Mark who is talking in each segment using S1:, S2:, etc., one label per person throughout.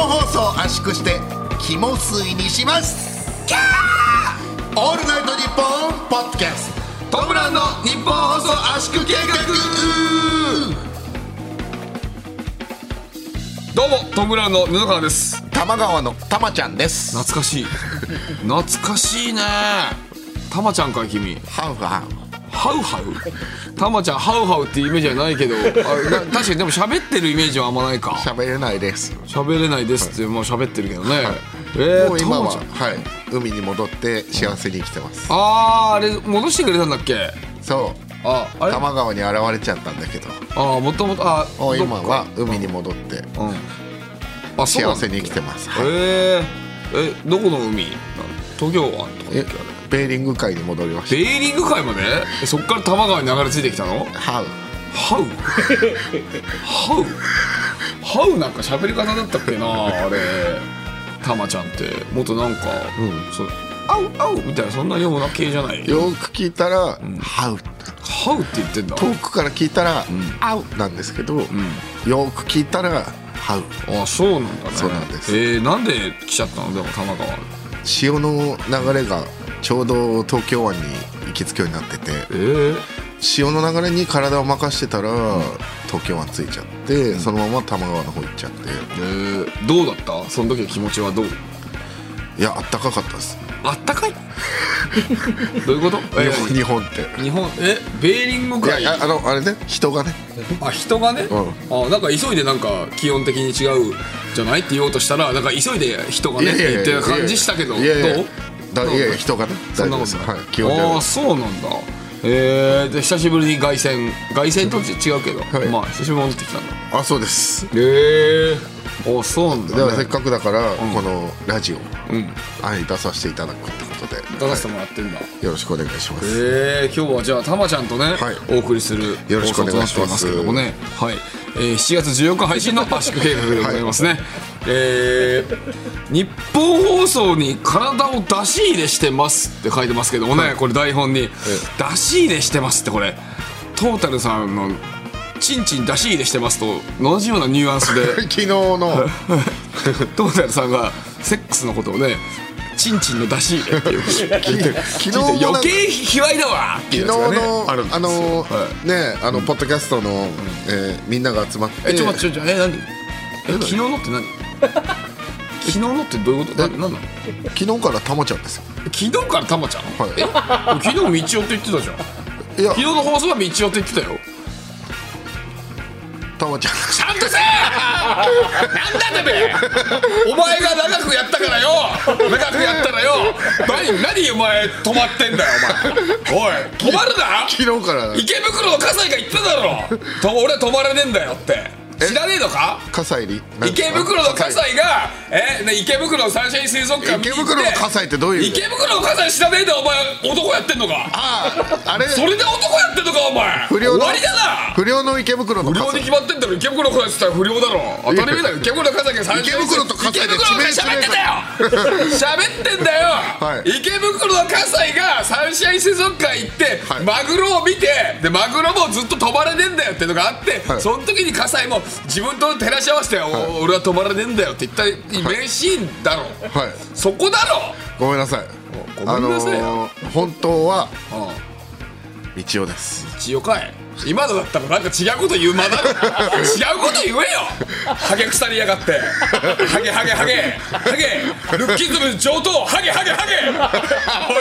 S1: 圧縮して肝水にします
S2: キャー
S1: オールナイトニッポンポッドキャストトムブラウンの日本放送圧縮計画
S3: どうもトムブラウンの布川です
S1: 玉川の玉ちゃんです
S3: 懐かしい 懐かしいねたまちゃんかい君
S1: ハウハウ
S3: ハウハウたまちゃんハウハウってイメージはないけどあな 確かにでも喋ってるイメージはあんまないか
S1: 喋れないです
S3: 喋れないですってもう喋ってるけどね、えー
S1: もう今
S3: たま
S1: は、
S3: ちゃん
S1: はい、海に戻って幸せに生きてます、
S3: あーあれ戻してくれたんだっけ
S1: そう
S3: ああれ
S1: 多摩川に現れちゃったんだけど
S3: ああもともとあ
S1: もう
S3: どっ
S1: 今は海に戻って
S3: あそうな
S1: 幸
S3: んだ
S1: せに生きてます、は
S3: へ
S1: い
S3: ええどこの海東京湾とかだ
S1: え
S3: っけあれ
S1: ベーリング海に戻りまし
S3: ベーリング海までえそっから多摩川に流れ着いてきたの
S1: たハウ
S3: ハウハウハウなんか喋り方だったっけなあれタマちゃんってもっとなんか、そうアウアウみたいなそんなような系じゃない
S1: よく聞いたら、ハウ
S3: ハウって言ってんだ
S1: 遠くから聞いたら、アウなんですけど、よく聞いたらハウ
S3: あそうなんだね
S1: そうなんです
S3: えー、なんで来ちゃったのでも玉川
S1: 潮の流れがちょうど東京湾に行きつくようになってて
S3: えー、
S1: 潮の流れに体を任してたら、東京湾ついちゃって、そのまま多摩川の方行っちゃって
S3: えー、どうだったその時の気持ちはどう
S1: いやあったかかったです
S3: あったかいどういうこと
S1: 日
S3: え
S1: 本
S3: ー
S1: 日本って
S3: 日本えベーリング
S1: いやい
S3: 海
S1: やあのあれね人がね
S3: あ人がね、
S1: う
S3: あなんか急いでなんか気温的に違うじゃないって言おうとしたらなんか急いで人がねって言ってる感じしたけど
S1: いやいやいや
S3: どう
S1: だ
S3: どう
S1: いやいや人がね
S3: そ
S1: 大
S3: ん
S1: 丈
S3: な
S1: 夫
S3: こ
S1: です
S3: と
S1: は
S3: ないい、
S1: 基本的
S3: ああ
S1: に
S3: そうなんだえー、で久しぶりに凱旋凱旋と違うけど、
S1: い
S3: まあ久しぶりに戻ってきたんだ
S1: あそうです
S3: えー、あそうなんだ、ね、
S1: ではせっか
S3: く
S1: くだから、このラジオ
S3: うん
S1: 愛出させていただくってことで
S3: 出させてもらってんだ、
S1: よろしくお願いします、
S3: えー、今日はじゃあたまちゃんとね、
S1: い
S3: お送りする
S1: よろしくお願いします
S3: 放送となっておりますけどもね、はいえー、7月14日配信の圧縮計画でございますね、えー日本放送に体を出し入れしてますって書いてますけどもね、これ台本に、出し入れしてますってこれトータルさんのちんちん出し入れしてますと同じようなニュアンスで
S1: 昨日 の
S3: トータルさんがセックスのことをねちんちんの出し入れっていう
S1: 昨日もなんか
S3: 余計卑猥だわっていう
S1: 昨
S3: やつが
S1: 日
S3: ね
S1: のあ
S3: るんですよ
S1: の、
S3: は
S1: ねあの、ポッドキャストの、えーみんなが集まって
S3: え、ちょ、待って、ちょ、ちょえ、何。え、昨日のって何。 昨日のってどういうこと、な、なんなの。
S1: 昨日からたまちゃんですよ
S3: 昨日からたまちゃ
S1: は
S3: ん。
S1: い
S3: え、昨日道夫って言ってたじゃん。
S1: いや
S3: 昨日の放送は道夫って言ってたよ。
S1: たまちゃん
S3: ちゃんとせえ。なんだてめえ。お前が長くやったからよ。長くやったらよ。何、何、お前、止まってんだよ、お前。おい、止まる な。
S1: 昨日から
S3: 池袋の葛西が言ってただろ。と、俺は止まらねえんだよって。知らねえのか。
S1: 葛西里
S3: 池袋の葛西が、えね、池袋のサンシャイン水族館見に行っ
S1: 池
S3: て
S1: 袋の葛西ってどういう
S3: 池袋の葛西知らねえでお前男やってんのか
S1: あああれ
S3: それで男やってんのかお前
S1: 不良
S3: 終
S1: の
S3: わりだな
S1: 不良の池袋の
S3: 不良
S1: 葛西
S3: に決まってんだろ池袋の葛西って言ったら不良だろ当たり前だよ池袋の葛西がサンシャイン水族館
S1: 池袋と葛西で
S3: 池袋の葛西喋ってんだよ
S1: は
S3: 喋ってんだよ、
S1: い
S3: 池袋の葛西がサンシャイン水族館行って、
S1: はい
S3: マグロを見てでマグロもずっと止まれねえんだよってのがあって、
S1: はい
S3: その時に葛西も自分と照らし合わせて、お俺は止まれねえんだよって言った名シーンだろ、
S1: はい
S3: そこだろ
S1: ごめんなさい
S3: おごめんなさいよ
S1: ー本当は
S3: うん
S1: 道夫です
S3: 千代かい今のだったらなんか違うこと言う 間だろ違うこと言えよハゲ腐りやがってハゲハゲハゲハゲルッキズム上等ハゲハゲハゲお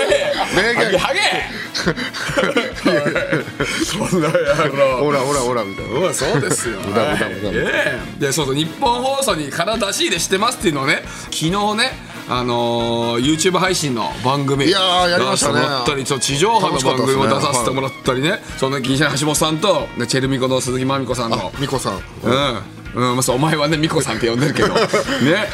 S3: い
S1: 名
S3: ハゲ
S1: 言
S3: ハゲ おいそんな野郎
S1: ほらほらほらみたいな
S3: うん、そうですよ。
S1: 無駄無駄無駄
S3: はいええで、そうそう、日本放送に体出し入れしてますっていうのをね、昨日ね、あのー、YouTube 配信の番組
S1: いやーやりましたね
S3: 出させてもらったり、そう地上波の番組も出させてもらったりね、その銀シャリ橋本さんと、ねチェルミコの鈴木まみこさん
S1: あ
S3: の。
S1: 美子さん
S3: うん、うんまあ、そうお前はねミコさんって呼ん でるけどね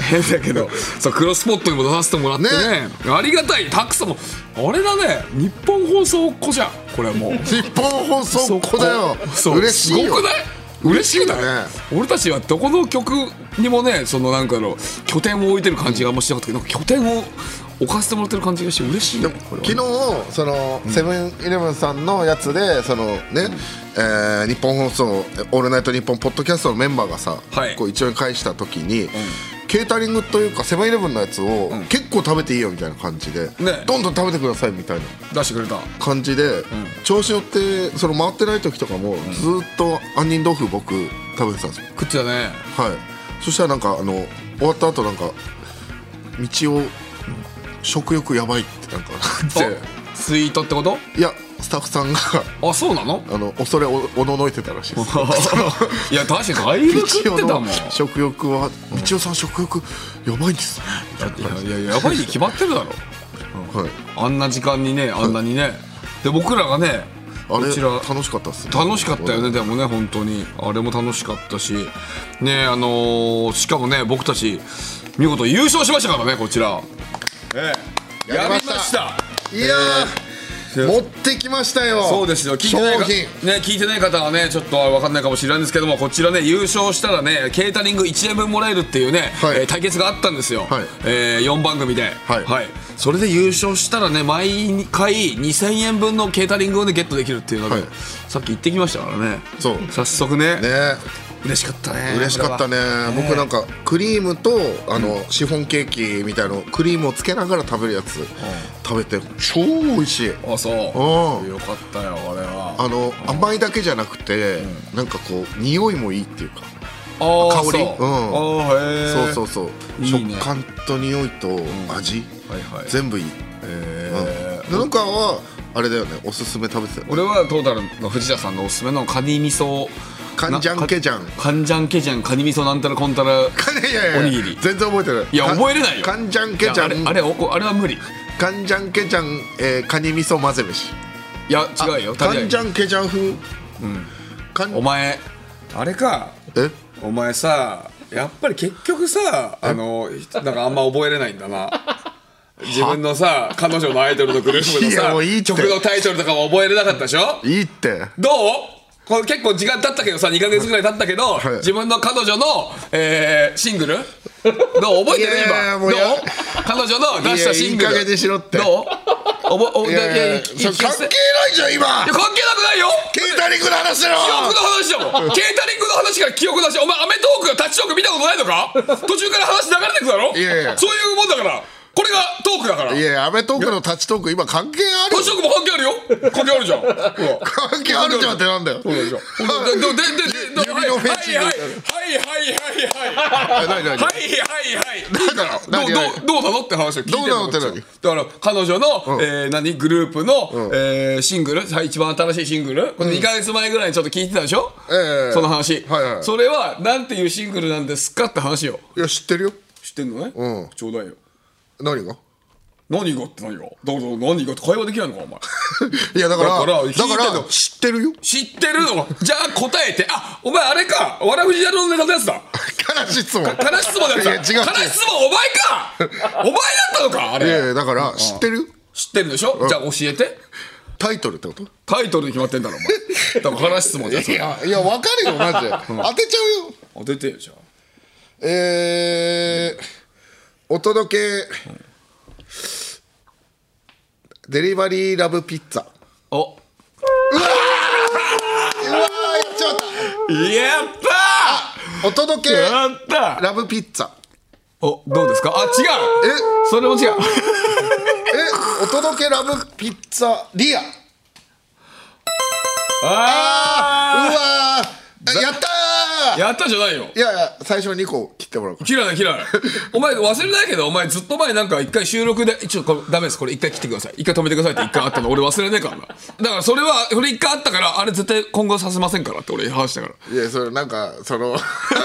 S3: 変だけどそうクロスポットにも出させてもらってねありがたいたくさんもあれだね日本放送っ子じゃんこれはもう
S1: 日本放送ここだよ
S3: そう
S1: 嬉しい
S3: す
S1: よ
S3: ごくない嬉しくない
S1: 嬉しいよね
S3: 俺たちはどこの曲にもねそのなんかの拠点を置いてる感じがあんましなかったけどなんか拠点を置かせてもらってる感じがして嬉しいねこれは
S1: 昨日そのセブンイレブンさんのやつでそのね、えー日本放送「オールナイトニッポン」ポッドキャストのメンバーがさ、
S3: はい
S1: こう一応に返した時に、結ケータリングというかセブンイレブンのやつを
S3: ん
S1: 結構食べていいよみたいな感じで、
S3: ね
S1: どんどん食べてくださいみたいな
S3: 出してくれた
S1: 感じで、調子乗ってその回ってない時とかもずーっと杏仁豆腐僕食べてたんですよ
S3: 食ってたね
S1: はいそしたらなんかあの終わった後なんか道を食欲やばいってなんかなって
S3: あスイートってこと
S1: いやスタッフさんが
S3: あそうなの
S1: あの恐れおおののいてたらしいです
S3: いや確かにだいぶ食ってたもん
S1: 道夫の食欲は道夫さん食欲やばいんですね
S3: いやいややばいに決まってるだろ
S1: はい
S3: あんな時間にねあんなにねで僕らがね
S1: あ
S3: こ
S1: れ
S3: ちら
S1: 楽しかったっすね
S3: 楽しかったよねでもね本当にあれも楽しかったしねあのーしかもね僕たち見事優勝しましたからねこちらええや
S1: や
S3: り
S1: り
S3: ま
S1: ま
S3: し
S1: したたいやー持ってきましたよ
S3: そうですよ聞いて
S1: 商
S3: ないか
S1: 品
S3: ね、聞いてない方はねちょっと分かんないかもしれないんですけどもこちらね優勝したらねケータリング1円分もらえるっていうね、
S1: はい
S3: えー対決があったんですよ、
S1: はい
S3: え4番組で、
S1: はい
S3: それで優勝したらね毎回2000円分のケータリングを、ね、ゲットできるっていうので、
S1: はい
S3: さっき行ってきましたからね
S1: そう
S3: 早速ね
S1: ね
S3: 嬉しかったね
S1: 嬉しかったね僕なんかクリームとあのシフォンケーキみたいのクリームをつけながら食べるやつ食べて超美味しい
S3: あそう
S1: うん
S3: よかったよあれは
S1: あの甘いだけじゃなくてなんかこう匂いもいいっていうか香
S3: あ
S1: り
S3: そう
S1: うん
S3: あーへえ
S1: そうそう
S3: そ
S1: そう
S3: いいね
S1: 食感と匂いと味
S3: はいはい
S1: 全部いいうんでなんかはあれだよねおすすめ食べてたよね
S3: 俺はトータルの藤田さんのおすすめのカニ味噌
S1: カンジャンケジャン
S3: なカカンジャンケジャンカニ味噌なんたらこんた ら
S1: いやいやいや
S3: おにぎり
S1: 全然覚えてない
S3: いや覚えれないよ
S1: カンジャンケジャ
S3: いやあれ
S1: ン
S3: あれおこあれは無理い
S1: カンジャンケジャンえーカニ味噌混ぜ飯
S3: や違うよ
S1: カ
S3: 食
S1: ン
S3: べな
S1: ジ
S3: い
S1: ャンケジャン風カン
S3: お前あれか
S1: え
S3: お前さやっぱり結局さあのなんかあんま覚えれないんだな自分のさ彼女のアイドルのグループの
S1: いや
S3: さ
S1: もういいって
S3: 曲のタイトルとかも覚えれなかったでしょ
S1: いいって
S3: どうこれ結構時間経ったけどさ2か月ぐらい経ったけど、
S1: い
S3: 自分の彼女の、えーシングルどう覚えてる
S1: いやいや
S3: 今
S1: もう
S3: どう
S1: や
S3: 彼女の出したシングル
S1: いやいい加減にしろって
S3: どうおぼお
S1: いやいやいや
S3: だけ
S1: それ
S3: 聞か
S1: 関
S3: せ
S1: 係
S3: て
S1: ないじゃん今
S3: いや関係なくないよ
S1: ケータリングの話だろ
S3: 記憶の話だもんケータリングの話から記憶の話お前アメトークタッチトーク見たことないのか途中から話流れてくだろ
S1: いやいや
S3: そういうもんだからこれがトークだから
S1: いやいやアメトークの立ちトーク今関係ある
S3: タッチトークも関係あるよ関係あるじゃんほら
S1: 関係あるじゃんってなんだよ
S3: そうでしょ。で、で、で、で、
S1: 指のフェチ
S3: は
S1: み
S3: いはい
S1: たい
S3: はいはいはいはい。はい
S1: 何何
S3: はいはい。
S1: 何
S3: どうどうどうなのって話を聞いてる
S1: どうなのって何
S3: こっちはだから彼女のえー何グループのえーシングルさ一番新しいシングルこの2ヶ月前ぐらいにちょっと聞いてたでしょ
S1: ええ
S3: その話
S1: はいはい
S3: それはなんていうシングルなんですかって話よ
S1: いや知ってるよ
S3: 知ってんのね
S1: うん
S3: ちょうだいよ
S1: 何が
S3: 何がって何がだから何がって会話できないのかお前
S1: いやだから
S3: だから聞いてん
S1: だ
S3: の
S1: から知ってるよ
S3: 知ってるのじゃあ答えてあお前あれかわらふじだろのネタのやつだ
S1: 悲しい質問
S3: 悲し質問だっ
S1: い
S3: た
S1: や違う違う
S3: 悲し質問お前か お前だったのかあ
S1: いやい
S3: れ
S1: やだから知ってるよ
S3: 知ってるでしょじゃあ教えて
S1: タイトルってこと
S3: タイトルで決まってんだろ お前多分悲し質問じゃんそれ
S1: やいやわかるよマジで当てちゃうよ
S3: 当ててよじゃあ
S1: えー、お届け、デリバリーラブピッツァ
S3: お
S1: うわーやっちまっ
S3: やった
S1: たお届け
S3: ーやった
S1: ラブピッツァ
S3: おどうですかあ違う
S1: え
S3: それも違う
S1: えお届けラブピッツァリアうわ
S3: あ
S1: ーやった
S3: あ
S1: ー
S3: やったじゃないよ
S1: いやいや最初2個切ってもらおうか
S3: 嫌いだ嫌いお前忘れないけどお前ずっと前なんか一回収録で一応これダメですこれ一回切ってください一回止めてくださいって一回あったの俺忘れないからなだからそれはそれ一回あったからあれ絶対今後させませんからって俺話したから
S1: いやそれなんかそのなん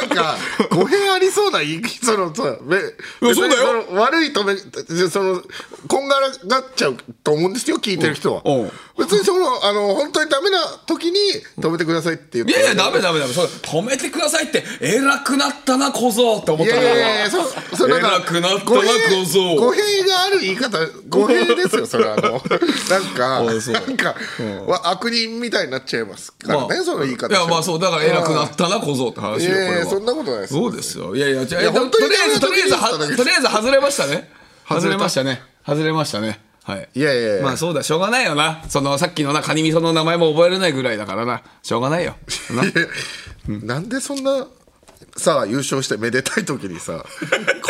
S1: か語弊ありそうな言いそのさめ別
S3: そう
S1: に
S3: だよ
S1: その悪いとめそのこんがらがっちゃうと思うんですよ聞いてる人は、
S3: うんうん
S1: 別にそのあの本当にダメな時に止めてくださいって言っ
S3: い
S1: て
S3: やいや、ダメダメダメ。それ止めてくださいって、偉くなったな、小僧って思った
S1: い
S3: の
S1: やいやいや
S3: 俺
S1: そ
S3: は
S1: そのなん
S3: 偉
S1: か
S3: くなったな
S1: 語弊
S3: 小僧
S1: 語弊がある言い方語弊ですよそれはあ のなん
S3: あ
S1: か
S3: そう
S1: なんか、わ悪人みたいになっちゃいますからね、その言い方
S3: いや、まあそう、だから偉くな
S1: っ
S3: ったな、小僧って話
S1: い
S3: よ、こ
S1: やい
S3: れ
S1: や
S3: は。
S1: そんなことないです
S3: そうですよ。いやいや、じゃあ
S1: いや
S3: と
S1: 本当に
S3: りあえず、
S1: ダ
S3: と
S1: メ
S3: りあえず、
S1: だ
S3: は
S1: と思ったんだけど
S3: とりあえず外れましたね。
S1: 外れた
S3: 外れましたね。外れましたね。はい。
S1: いやいやいや
S3: まあそうだ、しょうがないよな。その、さっきのな、カニ味噌の名前も覚えれないぐらいだからな。しょうがないよ。ない
S1: やなんでそんなさ優勝してめでたい時に さ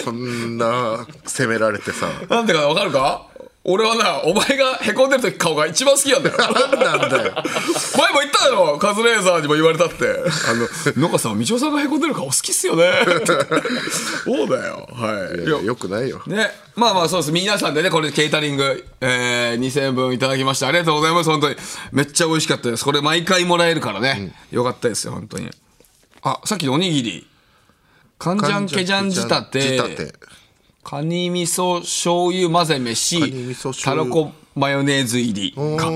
S1: こんな責められてさ
S3: なんでかわかるか俺はな、お前がへこんでる時顔が一番好きなんだよ。
S1: 何なんだよ
S3: 前も言っただろ、カズレーザーにも言われたって。あの、野川さんは、みちおさんがへこんでる顔好きっす よね。そうだよ。はい。
S1: いやよくないよ
S3: ね、まあまあそうです。皆さんでね、これケータリング、えー、2000円分いただきました。ありがとうございます、本当に。めっちゃ美味しかったです。これ毎回もらえるからね。よかったですよ、本当に。あ、さっきのおにぎり。カンジャンケジャン仕立
S1: 仕立
S3: て、カニ味噌醤油混ぜ
S1: カニ味噌
S3: 飯、た
S1: 醤
S3: ら
S1: 油
S3: こマヨネーズ入りか。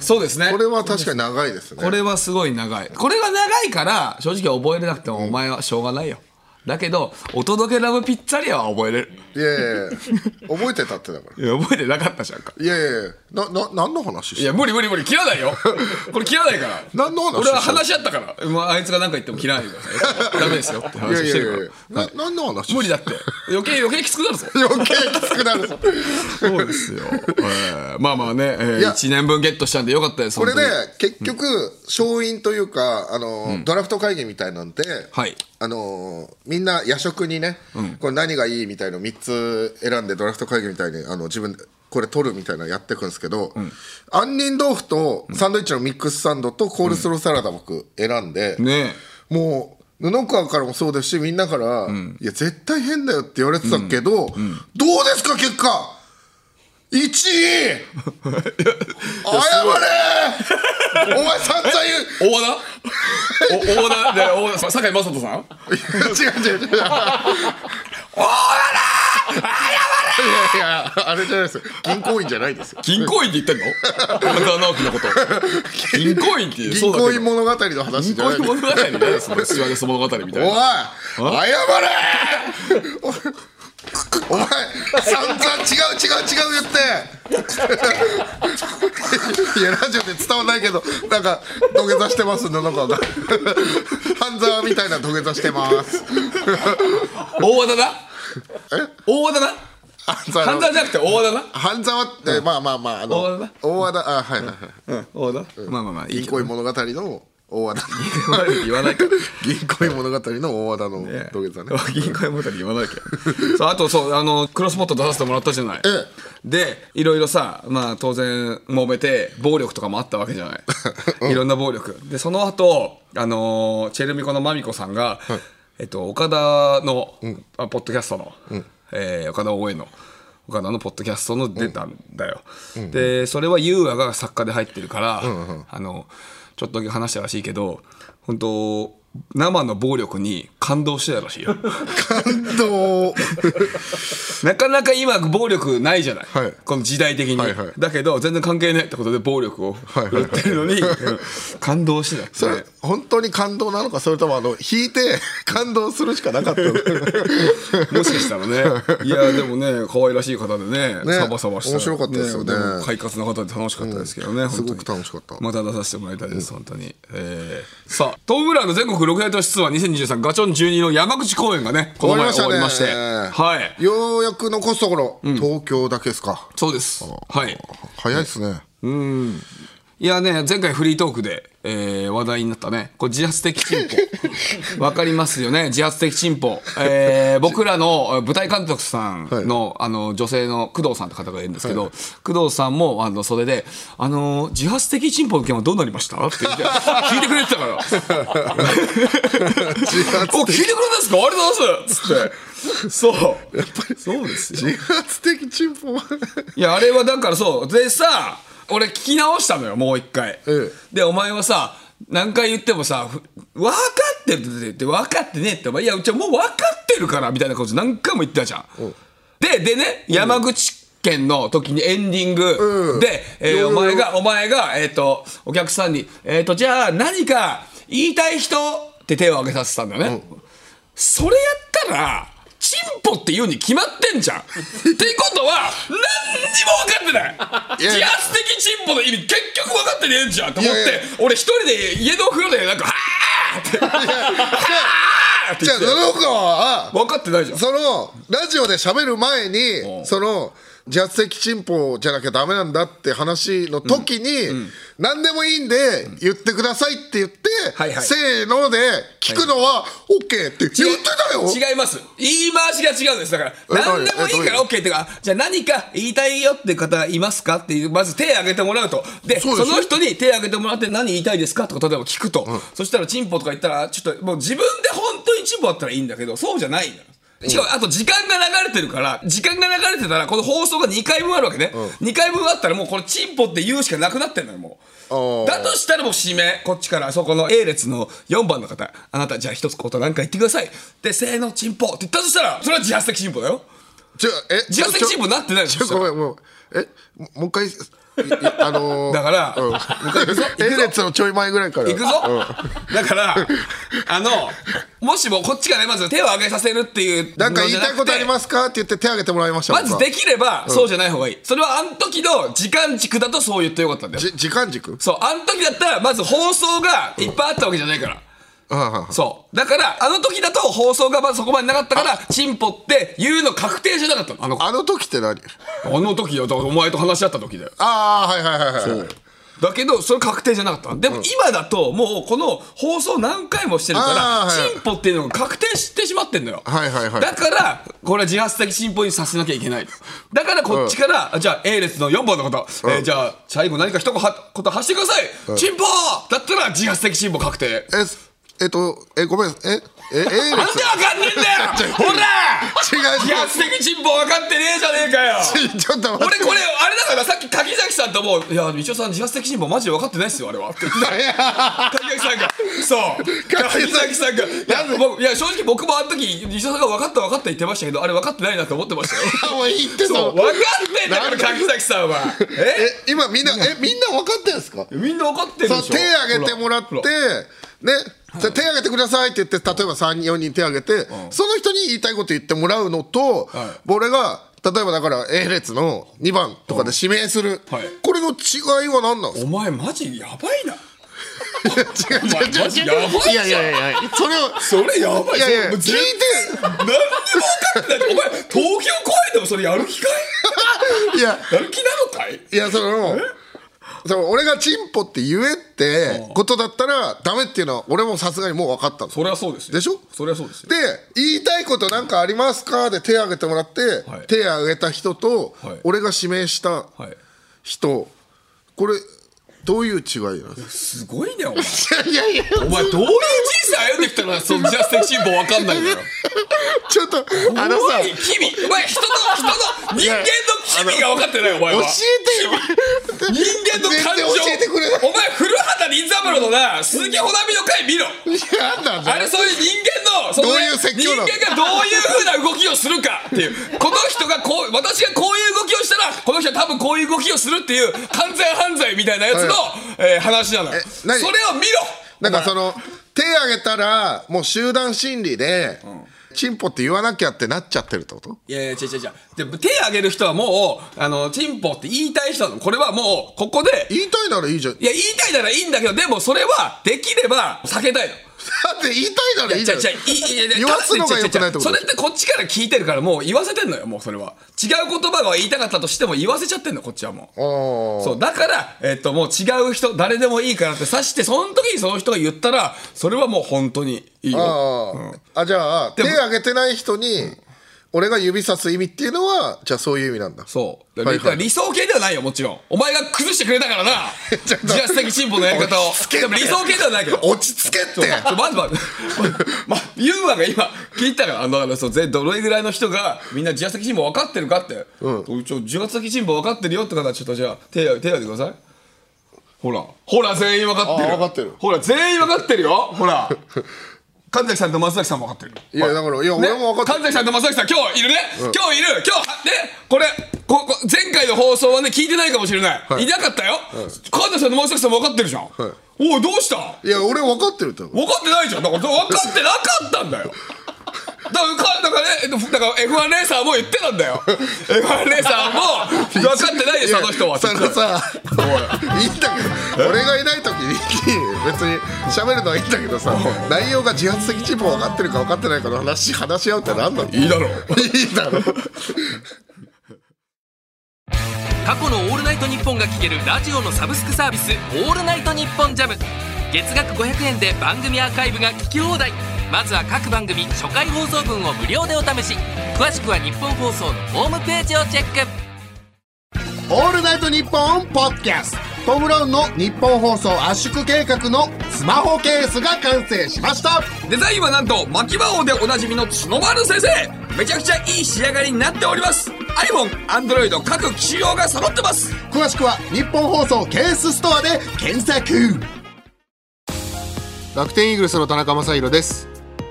S3: そうですね。
S1: これは確かに長いですね
S3: これはすごい長いこれが長いから正直覚えれなくてもお前はしょうがないよ、だけどお届けラブピッツァリアは覚えれる
S1: いやいやいや覚えてたってだから
S3: いや覚えてなかったじゃんか
S1: いやいやいやなな何の話
S3: い
S1: して
S3: や無理無理無理切 らないよこれ切らないから
S1: 何の話
S3: 俺は話し合ったから、まあ、あいつが何か言っても切らないでくださ いダメですよって
S1: いや
S3: 話
S1: い
S3: し
S1: や
S3: て
S1: い
S3: る
S1: やい
S3: から
S1: やな何の話
S3: 無理だって余計余計きつくなるぞ
S1: 余計きつくなる ぞ
S3: そうですよ、 えーまあまあね、え
S1: いや
S3: 1年分ゲットしたんでよかったです
S1: これで
S3: 本
S1: 結局勝因というかあの、ドラフト会議みたいなんで、
S3: はい
S1: あのみんな夜食にね、これ何がいいみたいの3つ選んでドラフト会議みたいにあの自分でこれ取るみたいなのやっていくんですけど、杏仁豆腐とサンドイッチのミックスサンドとコールスローサラダ僕選んで、
S3: 当にね
S1: もう布川からもそうですしみんなから、いや絶対変だよって言われてたけど、どうですか結果1位 謝れ お前散々言う
S3: 大和 田お大和田で大和田酒井雅人さん
S1: いや違う違う違う。おーらーいやいや、あれじゃないですよ。銀行員じゃないですよ。
S3: 銀行員って言ってんの花澤直樹のこと銀行員っていう
S1: 銀行員
S3: も
S1: 物語の話
S3: 銀
S1: じゃ
S3: 行
S1: ないです。
S3: 員物語みたいなそのシワゲス物語み
S1: お
S3: たい
S1: い
S3: な
S1: 謝れお前散々違う違う違う言っていやラジオで伝わんないけどなんか土下座してます布川が 半沢みたいな土下座してます
S3: 大和田だ大和田だ
S1: 半沢
S3: 半沢じゃなくて大和田だ
S1: 半沢って、まあまあまああの
S3: 大和田
S1: 大和田あはいはいはい、
S3: うん大和田まあまあまあいい
S1: 銀
S3: け
S1: 行
S3: ど
S1: 員物語の大和田
S3: 言わないから
S1: 銀行員物語の大和田の土下座ね
S3: 銀行員物語言わないけどそうあとそうあのクロスポット出させてもらったじゃない
S1: え
S3: でいろいろさまあ当然揉めて暴力とかもあったわけじゃない、いろんな暴力でその後あのーチェルミコのマミコさんが、えっと、岡田の、あポッドキャストの、えー岡田大江の岡田のポッドキャストの出たんだよ、でそれは優雅が作家で入ってるから、あのちょっとだけ話したらしいけど本当生の暴力に感動してたらしいよ
S1: 感動
S3: なかなか今暴力ないじゃない、
S1: はい
S3: この時代的に、
S1: はいはい
S3: だけど全然関係ないってことで暴力を
S1: いはいは
S3: や
S1: い
S3: ってるの に、うん感動しない
S1: それ本当に感動なのかそれともあの引いて感動するしかなか ったの
S3: もしかした らねいやでもね可愛らしい方でね
S1: ね
S3: サバサバして
S1: 面白かったですよね
S3: も快活な方で楽しかったですけどね、本当に
S1: すごく楽しかった
S3: また出させてもらいたいです、本当に、えーさあトムブラウンの全国6大都市ツアー2023ガチョン12の山口公演がねこの前終わりましてはい
S1: ようやく残すところ、東京だけですか
S3: そうですはい
S1: 早いですね、
S3: いやね、前回フリートークで、えー話題になったね。これ自発的 進歩。わかりますよね、自発的進歩。えー僕らのえー舞台監督さんの、あの、女性の工藤さんって方がいるんですけど、工藤さんも、あの、袖で、あのー、自発的進歩の件はどうなりましたって言って聞いてくれてた から。お、聞いてくれたんですかありがとうございますつって。 そう。やっぱりそうですよ。
S1: 自発的進 歩はい
S3: やあれはだからそうでさ俺聞き直したのよもう一回、
S1: え
S3: でお前はさ何回言ってもさふ分かってるって言って分かってねえってお前いやうちはもう分かってるからみたいなこと何回も言ってたじゃん、ででね山口県の時にエンディングで、えーお前がお前がえっ、とお客さんに「えっ、とじゃあ何か言いたい人」って手を挙げさせたんだよね、それやったら、チンポって言うに決まってんじゃん。ってことは、何にも分かっ
S1: い
S3: てない
S1: やい
S3: 自
S1: や
S3: 発的チンポの意味、結局分かってねえんじゃんと思って、
S1: いやいや
S3: 俺一人で家のお風呂で、なんか、はーって、はーって
S1: じゃあ
S3: 言って
S1: 布川は
S3: 分かってないじゃん。
S1: そのラジオで喋る前にその自発的チンポじゃなきゃダメなんだって話の時に、何でもいいんで言ってくださいって言って、
S3: はいはい
S1: せーので聞くのは OK って言ってたよ、
S3: 違います言い回しが違うんですだから
S1: 何
S3: 何でもいいから
S1: え
S3: OK っていうかじゃあ何か言いたいよって方いますかっていうまず手挙げてもらうとで
S1: そう
S3: そ
S1: でしょ
S3: の人に手挙げてもらって何言いたいですかとか例えば聞くと、そしたらチンポとか言ったらちょっともう自分で本当にチンポだったらいいんだけどそうじゃないんだよしかも、あと時間が流れてるから、時間が流れてたら、この放送が2回分あるわけね。2回分あったら、もうこれ、チンポって言うしかなくなってんのよ、も
S1: あー
S3: う。だとしたらもう指名、こっちから、そこの A 列の4番の方、あなた、じゃあ一つことなんか言ってください。で、せーの、チンポって言ったとしたら、それは自発的チンポだよ。
S1: じゃえ
S3: 自発的チンポになってないでし
S1: ちょご
S3: ょ。
S1: めんもうえももう一回いいあのー、
S3: だから
S1: うん、もう 一回 A 列のちょい前ぐらいから
S3: 行くぞ、だから、あの、もしもこっちからねまず手を挙げさせるっていうのじゃ
S1: なん
S3: なくて。
S1: か言いたいことありますかって言って手挙げてもらいました
S3: まずで
S1: き
S3: きれば、そうじゃない方がいい。それはあの時の時間軸だとそう言ってよかったんだよ。
S1: 時間軸
S3: そう、あの時だったら、まず放送がいっぱいあったわけじゃないから。
S1: ああああ
S3: そう。だから、あの時だと放送がまだそこまでなかったから、チンポって言うの確定じゃなかったの。あの、
S1: あの時って何
S3: あの時よ、だからお前と話し合った時だよ。
S1: ああはいはいはいはい
S3: だけど、それ確定じゃなかったの。でも今だと、もうこの放送何回もしてる
S1: あーは
S3: か
S1: い
S3: ら、チンポっていうのが確定してしまってんのよ。
S1: はいはいはい
S3: だから、これは自発的進歩にさせなきゃいけない。だからこっちから、じゃあ A 列の4番の方、えーじゃあ最後何か一言はこと発してください、チンポだったら自発的進歩確定。
S1: えすえっとえごめんええ A 列
S3: なんでわかんねえん だよほら自発
S1: 違
S3: 的進歩分かってねえじゃね えかよ
S1: う違うちょっと
S3: 俺
S1: 待って
S3: これあれだからさっき柿崎さんとも「いや道夫さん自発的進歩マジで分かってないっすよあ れは」って言ってた柿崎さんがそう
S1: 柿
S3: 柿
S1: 崎
S3: 崎さんがいや僕いや正直僕もあの時道夫さんが分かった分かった言ってましたけどあれ分かってないなって思ってましたよ
S1: もういいって そ
S3: そう
S1: の
S3: 分かってんだから柿崎さんはえ
S1: え今みんなえみんな分かってるんですか
S3: みんな分かってるで
S1: そ
S3: し
S1: う
S3: ょ
S1: 手挙げてもらって
S3: ほ
S1: ね
S3: ほ
S1: じゃあ手挙げてくださいって言って例えば34人手挙げて、その人に言いたいこと言ってもらうのと、
S3: は
S1: 俺が例えばだから A 列の2番とかで指名する、
S3: はい
S1: これの違いは何なんです
S3: お前マジやばいな
S1: か 違う
S3: 前マジやばいじゃ
S1: いや
S3: ん
S1: いやいやいやそれを
S3: それや ばい
S1: いやいや
S3: それもう全然
S1: 聞いて
S3: 何にも分かってないお前東京公演でもそれやる気か
S1: いや
S3: いやる気なのかい
S1: いやそのその俺がチンポって言えってことだったらダメっていうのは俺もさすがにもう分かったの
S3: それはそうですよ
S1: でしょ
S3: それはそうですよ
S1: で言いたいことなんかありますかで手挙げてもらって、
S3: はい
S1: 手挙げた人と、
S3: はい
S1: 俺が指名した
S3: はい
S1: 人これどういう違いなんです
S3: ごいねお前
S1: すかいやいや
S3: お前どういう人生歩んできたらそのジャスティック進歩わかんないんだよ
S1: ちょっとあの
S3: 怖
S1: さ
S3: い君お前人の人の人間の君が分かってないお前
S1: 教
S3: は
S1: えてよ
S3: 人間の感情
S1: 全然教えてくれない
S3: お前古畑任三郎のな鈴木保奈美の回見ろ
S1: なんなんだ
S3: あれそういう人間のその
S1: どういう説教なの
S3: 人間がどういうふうな動きをするかっていうこの人がこう私がこういう動きをしたらこの人は多分こういう動きをするっていう完全犯罪みたいなやつの、えー話なのよ
S1: え
S3: それ
S1: 何
S3: を見ろ
S1: なんかその手挙げたらもう集団心理で、チンポって言わなきゃってなっちゃってるってこと
S3: いやいや違う違う違うで手挙げる人はもうあのチンポって言いたい人なのこれはもうここで
S1: 言いたいならいいじゃん
S3: いや言いたいならいいんだけどでもそれはできれば避けたいの
S1: だって言いたいならいいじ
S3: じ
S1: ゃ
S3: ゃ
S1: ん
S3: じゃいいいや
S1: 言わすのが良くないってこと
S3: それってこっちから聞いてるからもう言わせてんのよもうそれは違う言葉が言いたかったとしても言わせちゃってんのこっちはもう
S1: ああ
S3: そうだから、えっともう違う人誰でもいいからって指してその時にその人が言ったらそれはもう本当にいいよ
S1: あー、あじゃあ手
S3: も
S1: 挙げてない人に俺が指さす意味っていうのはじゃあそういう意味なんだ
S3: そうだ
S1: はい
S3: か
S1: は
S3: ら
S1: い
S3: 理想形ではないよもちろんお前が崩してくれたからな
S1: ちょっと
S3: 自発的進歩のやり方を
S1: 落ち着け
S3: でも理想形ではないけど
S1: 落ち着けって
S3: ちょまずまず、ま、ユーマが今聞いたから、あのだからそうぜどれぐらいの人がみんな自発的進歩分かってるかって、うん、ちょ自発的進歩分かってるよって方はちょっとじゃあ手挙げ手挙げてくださいほらほら全員分かってる
S1: あ分かってる
S3: ほら全員分かってるよほら神崎さんと松崎さんも分かってる
S1: いやだからいや
S3: ね
S1: 俺も分かっ
S3: 神崎さんと松崎さん今日いるね、今日いる今日はねこれここ前回の放送はね聞いてないかもしれない、
S1: はい
S3: い、なかったよ、神崎さんと松崎さんも分かってるじゃん、おいどうした
S1: ていや俺分かってるって
S3: 分かってないじゃんだから分かってなかったんだよだからかだからねえっとだから F1 レーサーも言ってたんだよ F1 レーサーも分かってないですあの人は
S1: そのさ
S3: おい
S1: いいんだけど俺がいない時に別に喋るのはいいんだけどさ内容が自発的チーム分かってるか分かってないかの話話し合うってなんなのい
S3: いいだろう
S1: いだろ
S4: 過去の「オールナイトニッポン」が聴けるラジオのサブスクサービス「オールナイトニッポンジャム月額500円で番組アーカイブが聞き放題まずは各番組初回放送分を無料でお試し詳しくは日本放送のホームページをチェック
S5: オールナイトニッポンポッドキャストトム・ブラウンの日本放送圧縮計画のスマホケースが完成しました
S3: デザインはなんと牧場王でおなじみの角丸先生めちゃくちゃいい仕上がりになっております iPhone、Android 各機種用が揃ってます
S5: 詳しくは日本放送ケースストアで検索
S1: 楽天イーグルスの田中将大です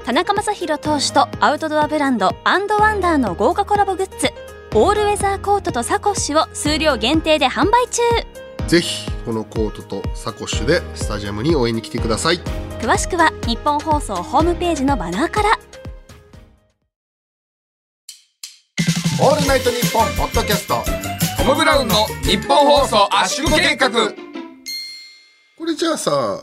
S6: 田中将大投手とアウトドアブランドアンドワンダーの豪華コラボグッズオールウェザーコートとサコッシュを数量限定で販売中
S1: ぜひこのコートとサコッシュでスタジアムに応援に来てください
S6: 詳しくは日本放送ホームページのバナーから
S5: オールナイトニッポンポッドキャスト
S3: トム・ブラウンの日本放送圧縮計画
S1: これじゃあさ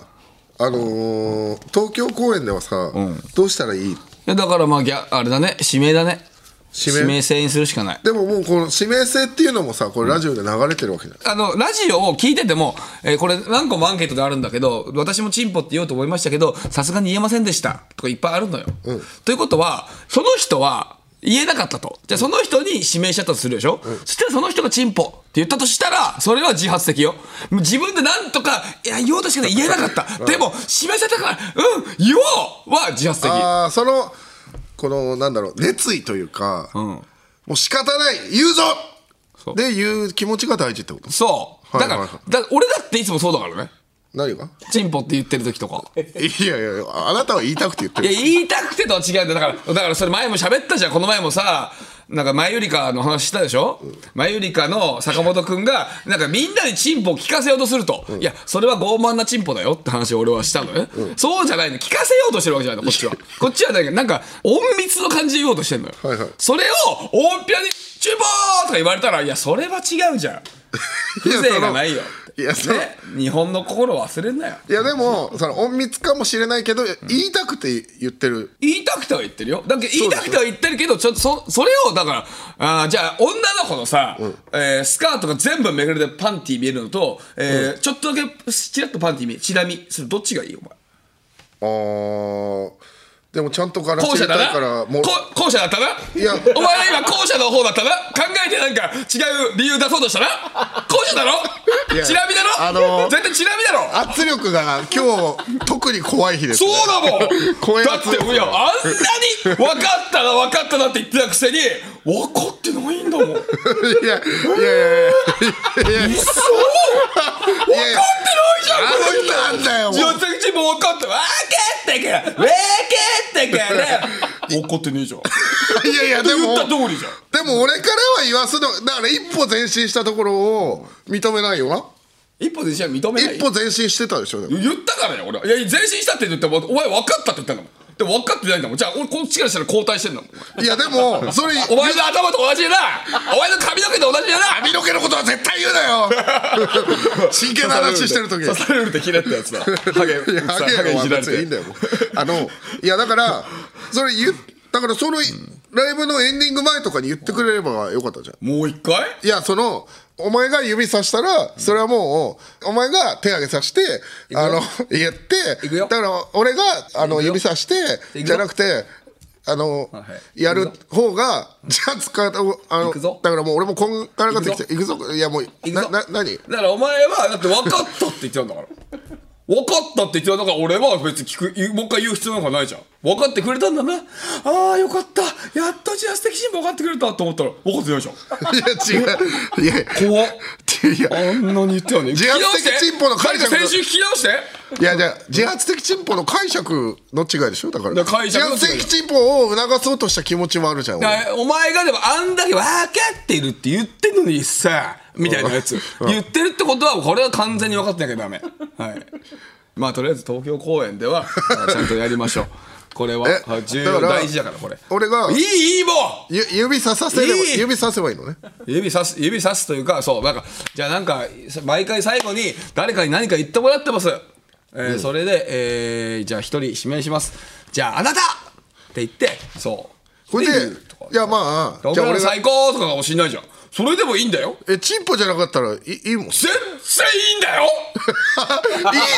S1: あのー東京公演ではさ、どうしたらいい
S3: いやだからまあギャあれだね指名だね
S1: 指名
S3: 制にするしかない
S1: でももうこの指名制っていうのもさこれラジオで流れてるわけじゃない、
S3: あのラジオを聞いてても、えーこれ何個もアンケートであるんだけど私もチンポって言おうと思いましたけどさすがに言えませんでしたとかいっぱいあるのよ、ということはその人は言えなかったとじゃあその人に指名しちゃったとするでしょ、そしたらその人がチンポって言ったとしたらそれは自発的よ自分でなんとかいや言おうとしたけど言えなかった、でも指名されたからうん言おうは自発的
S1: ああそのこのなんだろう熱意というか、もう仕方ない言うぞ
S3: そう
S1: で言う気持ちが大事ってこと
S3: そうだから,、
S1: はいはいはい
S3: だから俺だっていつもそうだからね
S1: 何が
S3: チンポって言ってる時とか
S1: いやいやいやあなたは言いたくて言って
S3: いや
S1: る
S3: 言いたくてとは違うんだよだからだからそれ前も喋ったじゃんこの前もさなんか前よりかの話したでしょ、前よりかの坂本君がなんかみんなにチンポを聞かせようとすると、いやそれは傲慢なチンポだよって話を俺はしたのね、そうじゃないの聞かせようとしてるわけじゃないのこっちはこっちはなんかなんか隠密の感じで言おうとしてんのよ、
S1: はいはい
S3: それを大っぴらに「チンポー!」とか言われたらいやそれは違うじゃん風情がないよ
S1: いやその
S3: ね日本の心を忘れんなよ
S1: いやでもその隠密かもしれないけど、言いたくて言ってる
S3: 言いたくては言ってるよ。だけど言いたくては言ってるけど、ちょっとそ、それを、だから、あーじゃあ、女の子のさ、えースカートが全部めぐれてパンティー見えるのと、えーちょっとだけ、ちらっとパンティー見え、チラ見。それどっちがいいお前。
S1: あーでもちゃんとガラ
S3: 後
S1: ス
S3: 者
S1: 入れ
S3: だ
S1: たいか
S3: な
S1: らもう
S3: こ後者だったな
S1: や
S3: お前は今後者の方だったな考えてなんか違う理由出そうとしたな後者だろ
S1: いや
S3: チラ見だろ、
S1: あのー
S3: 絶対チラ見だろ
S1: 圧力が今日特に怖い日です、
S3: そ
S1: ね、
S3: うだもん
S1: 声
S3: だっ
S1: 圧
S3: ていやあんなに分かったな分かったなって言ってたくせに分かってないんだもん
S1: いやいやいやいや
S3: 分かってないじゃん
S1: な
S3: この人
S1: んだよもう
S3: 女性チーム分かった分かってから分かってから分かってねえじゃん
S1: いやいやで
S3: 言
S1: も
S3: った通りじゃん
S1: でも俺からは言わすのだから一歩前進したところを認めないよな
S3: 一歩前進は認めない
S1: 一歩前進してたでしょでも
S3: 言ったからよ俺はいや前進したって言ってもお前分かったって言ったんだもんでも分かってないんだもんじゃあ俺こっちからしたら後退してんだもん
S1: いやでもそれ
S3: お前の頭と同じだなお前の髪の毛と同じだな
S1: 髪の毛のことは絶対言うなよ真剣な話してる時に
S3: 刺されるって嫌ったやつだハゲ
S1: いやハゲのは別にいいんだよもうあのいやだからそれ言っだからそのライブのエンディング前とかに言ってくれればよかったじゃん
S3: もう一回
S1: いやそのお前が指さしたらそれはもうお前が手上げさしてあの言って
S3: いくよ
S1: だから俺があの指さして
S3: いくよ
S1: じゃなくてあの
S3: はいはい
S1: やる方がじゃあ使うあの
S3: いくぞ
S1: だからもう俺もこんからかってきていくぞいやもう
S3: いく
S1: な
S3: ぞ
S1: な何
S3: だからお前はだって分かったって言ってたんだから分かったって言ってたんだから俺は別に聞く言うもう一回言う必要なんかないじゃん分かってくれたんだなああよかったやっと自発的心分かってくれたと思ったら分かってないじゃん
S1: いや違ういや
S3: 怖っ
S1: いや
S3: あんなに言ってたのに
S1: 自発的チンポの解
S3: 解
S1: 釈
S3: 釈先週聞き直して
S1: いやじゃあ自発的チンポの解釈の違いでしょだから
S3: だから解釈の違い
S1: 自発的チンポを促そうとした気持ちもあるじゃん俺
S3: だからお前がでもあんだけ分かってるって言ってるのにさみたいなやつ言ってるってことはこれは完全に分かってなきゃダメはいまあとりあえず東京公演 ではあちゃんとやりましょうこれは
S1: え
S3: はい重
S1: だ
S3: 要
S1: から
S3: 大事だからこれ
S1: 俺が
S3: いいいいもう
S1: ゆ指ささせれば
S3: いい
S1: 指させばいいのね
S3: 指さす指さすというかそうなんかじゃあなんか毎回最後に誰かに何か言ってもらってます、えーそれで、えーじゃあ一人指名しますじゃああなたって言ってそう
S1: これ
S3: で
S1: で
S3: 言うとか
S1: いやまあ
S3: ロ
S1: じ
S3: ケ
S1: ゃあ
S3: ラ
S1: 俺
S3: ン
S1: が
S3: 最高とかかもしんないじゃん。それでもいいんだよ
S1: えチンポじゃなかったらいいいもん いい
S3: 全然いいん だよ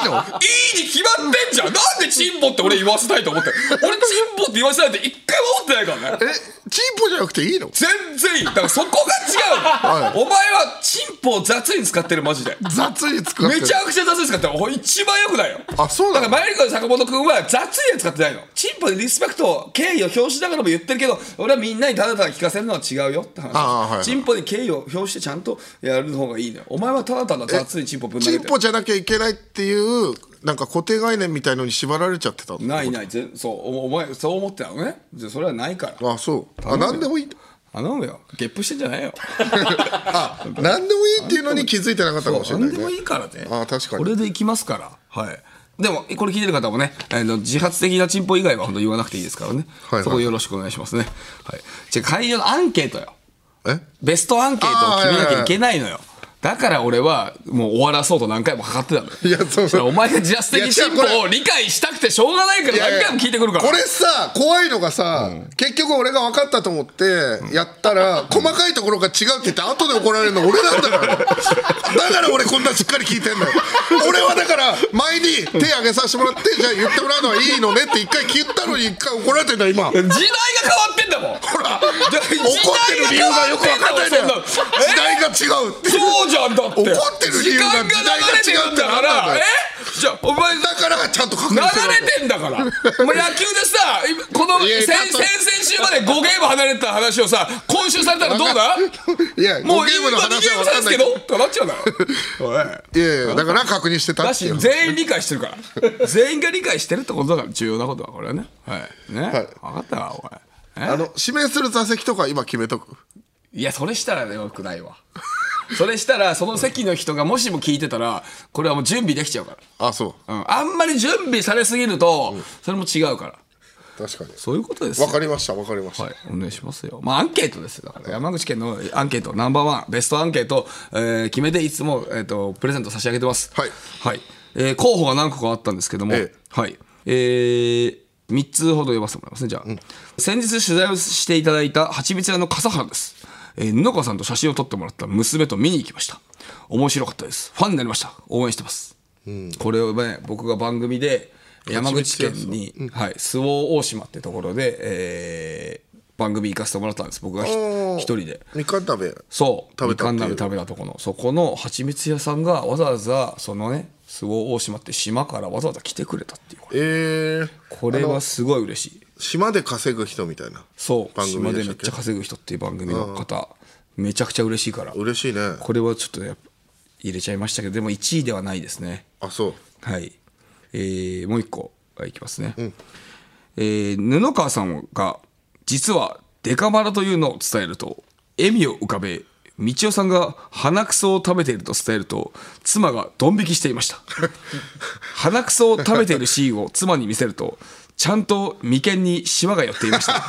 S1: の
S3: いいに決まってんじゃんなんでチンポって俺言わせたいと思ってる俺チンポって言わせたいって一回も思ってないからね
S1: えチンポじゃなくていいの
S3: 全然いいだからそこが違うの、お前はチンポを雑に使ってるマジで
S1: 雑に使って
S3: め
S1: る
S3: ちゃくちゃ雑に使ってるほ一番よくないよ
S1: あそう
S3: だ
S1: な
S3: か
S1: の
S3: らマリコの坂本君は雑には使ってないのチンポにリスペクト敬意を表しながらも言ってるけど俺はみんなにただただ聞かせるのは違うよって話
S1: ああはい
S3: チンポに敬意を表してちゃんとやる方がいいのよお前はただただ雑にチンポぶん投
S1: チ
S3: げ
S1: ン
S3: て
S1: ポ
S3: る
S1: じゃなきゃいけないっていうなんか固定概念みたいのに縛られちゃってたの
S3: ないないぜそうおお前そう思ってたのねじゃあそれはないから
S1: あそうあ
S3: むよ
S1: 何でもいい
S3: 頼むよゲップしてんじゃないよ
S1: あ何でもいいっていうのに気づいてなかったかもしれない
S3: 何でもい
S1: ね
S3: いからね
S1: あ確かに
S3: これでいきますからはいでもこれ聞いてる方もねあの自発的なチンポ以外は本当言わなくていいですからね、
S1: はいはい
S3: そこよろしくお願いしますね、はい、じゃあ会場のアンケートよ
S1: え
S3: ベストアンケートを決めなきゃいけないのよだから俺はもう終わらそうと何回もかかってたのよ
S1: いやそう
S3: そしたらお前が自発的
S1: いや違
S3: に
S1: う
S3: 進
S1: これ
S3: 歩を理解したくてしょうがないから何回も聞いてくるから
S1: これさ怖いのがさ、結局俺が分かったと思ってやったら、細かいところが違うって言って後で怒られるの俺なんだからだから俺こんなしっかり聞いてんのよ俺はだから前に手挙げさせてもらってじゃあ言ってもらうのはいいのねって一回聞ったのに一回怒られてんだ今
S3: 時代が変わってんだもん
S1: ほら
S3: じゃ
S1: 怒っ
S3: あ
S1: てる理由がよく分かんないんだよ
S3: 時
S1: 時
S3: 代
S1: 代が違うって
S3: そうじゃんだって
S1: 怒ってる理由が
S3: 時間が流れてるんだか
S1: 時代が違うって何なんだ
S3: らえ
S1: よ
S3: じゃあお前
S1: だからちゃんと確認してもらう
S3: 流れてんだからもう野球でさ今この
S1: いや
S3: 先
S1: ちゃん
S3: 先
S1: と
S3: 々週まで5ゲーム離れてた話をさ今週されたらどうだ
S1: いや
S3: も
S1: も
S3: う
S1: う
S3: ゲ
S1: ゲ
S3: ー
S1: ーム
S3: ムの
S1: の
S3: 話
S1: 話
S3: は
S1: は分かんな
S3: 分かんな
S1: いい
S3: けどってなっちゃうだろ おい
S1: いやいやだから確認してた
S3: だ
S1: ってい
S3: し
S1: う
S3: 全員理解してる から全員が理解してるってことだから重要なことはこれはねはいね、分かったわおい
S1: あの指名する座席とか今決めとく
S3: いや、それしたらよくないわ。それしたら、その席の人がもしも聞いてたら、これはもう準備できちゃうか
S1: あそう
S3: ら。うん。あんまり準備されすぎると、それも違うから。
S1: 確かに
S3: そういうことですよ。
S1: わかりましたわかりました、
S3: はい、お願いしますよ。まあ、アンケートですよだから山口県のアンケート、ナンバーワン、ベストアンケート、えー決めて、いつも、えっ、と、プレゼント差し上げてます。
S1: はい
S3: はい。えー候補が何個かあったんですけども、
S1: ええ
S3: はい。えー3つほど読ませてもらいますね、じゃあ。先日取材をしていただいた蜂蜜屋の笠原です。えー、布川さんと写真を撮ってもらった娘と見に行きました。面白かったです。ファンになりました。応援してます。これをね、僕が番組で、山口県に、はい、周防大島ってところで、えー番組行かせてもらったんです僕がひ
S1: おー
S3: 一人で
S1: みかん食べ
S3: そう
S1: 食べたっていう
S3: みかん鍋食べたとこのそこの蜂蜜屋さんがわざわざそのね周防大島って島からわざわざ来てくれたっていう
S1: えー、
S3: これはすごい嬉しい
S1: 島で稼ぐ人みたいな
S3: そう
S1: 番組
S3: 島で
S1: でした
S3: めっ
S1: っ
S3: ち
S1: け
S3: ゃ稼ぐ人っていう番組の方めちゃくちゃ嬉しいから
S1: 嬉しいね
S3: これはちょっとね入れちゃいましたけどでも1位ではないですね
S1: あそう
S3: はい、えーもう一個はいいきますね、えー布川さんが実はデカマラというのを伝えると笑みを浮かべ道夫さんが鼻くそを食べていると伝えると妻がドン引きしていました鼻くそを食べているシーンを妻に見せるとちゃんと眉間にシワが寄っていました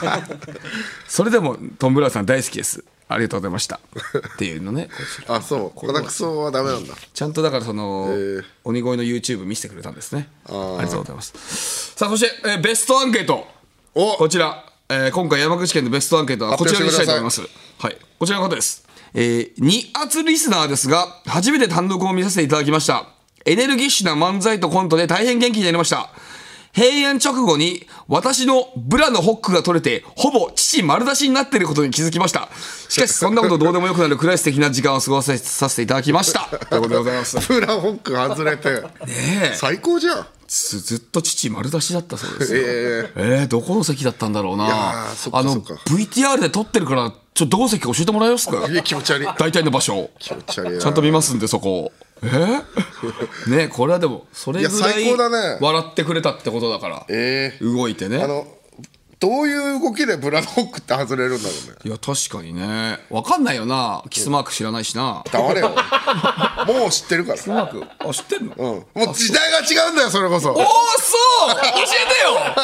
S3: それでもトンブラウンさん大好きですありがとうございましたっていうのねこちら
S1: あそうこのクソはダメなんだ
S3: ちゃんとだからその、
S1: ー
S3: 鬼越の YouTube 見せてくれたんですねありがとうございますさあそして、えーベストアンケート
S1: お
S3: こちら、えー今回山口県のベストアンケートはこちらにしたいと思いますはいこちらの方ですえー、二圧リスナーですが初めて単独を見させていただきましたエネルギッシュな漫才とコントで大変元気になりました平安直後に私のブラのホックが取れてほぼ父丸出しになっていることに気づきましたしかしそんなことどうでもよくなるクライス的な時間を過ごさせさせていただきましたということでございます
S1: プラホック外れて
S3: ねえ
S1: 最高じゃん
S3: ずずっと父丸出しだったそうですよ。
S1: ええ
S3: えー、どこの席だったんだろ
S1: や
S3: うな
S1: ーそっ。か
S3: あ
S1: そ
S3: の
S1: っか
S3: VTR で撮ってるからちょっとどの席か教えてもらえますか。
S1: いや気持ち悪い
S3: 大体の場所を
S1: 気持ち悪いな
S3: ちゃんと見ますんでそこを。え ー、ねこれはでもそれぐら
S1: いや最
S3: い
S1: 高だね
S3: 笑ってくれたってことだから、
S1: ええ
S3: 動いてね
S1: あのどういう動きでブラホックって外れるんだろうね
S3: いや確かにねわかんないよなキスマーク知らないしなキ
S1: 黙れ よもう知ってるから
S3: スマークあ知ってんの、
S1: うん、もう時代が違うんだよそれこそ
S3: おおそう教えてよ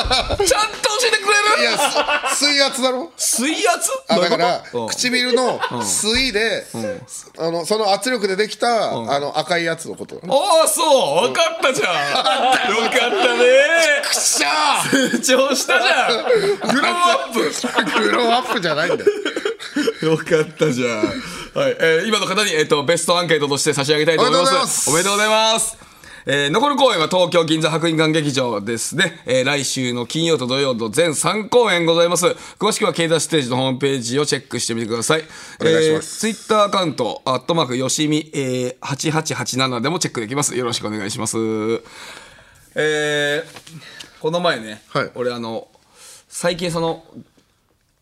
S3: ちゃんと教えてくれる
S1: いやす水圧だろ
S3: 水圧
S1: あだから
S3: どういうことうん
S1: 唇の水で、あのその圧力でできた、あの赤いやつのこと
S3: おおそう分かったじゃんよかったねくしゃ成長したじゃんグローブアッ
S1: グローアップじゃないんだよ
S3: プよかったじゃんはい、えー今の方に、えっとベストアンケートとして差し上げたいと思います
S1: お
S3: お
S1: め
S3: め
S1: で
S3: で
S1: と
S3: とうございますえー残る公演は東京銀座白銀館劇場ですね、えー来週の金曜と土曜と全3公演ございます詳しくは経済ステージのホームページをチェックしてみてください
S1: お願いします
S3: ツイッター Twitter アカウント「アットマークよしみ、えー、8887」でもチェックできますよろしくお願いしますえーこの前ね、
S1: はい
S3: 俺あの最近その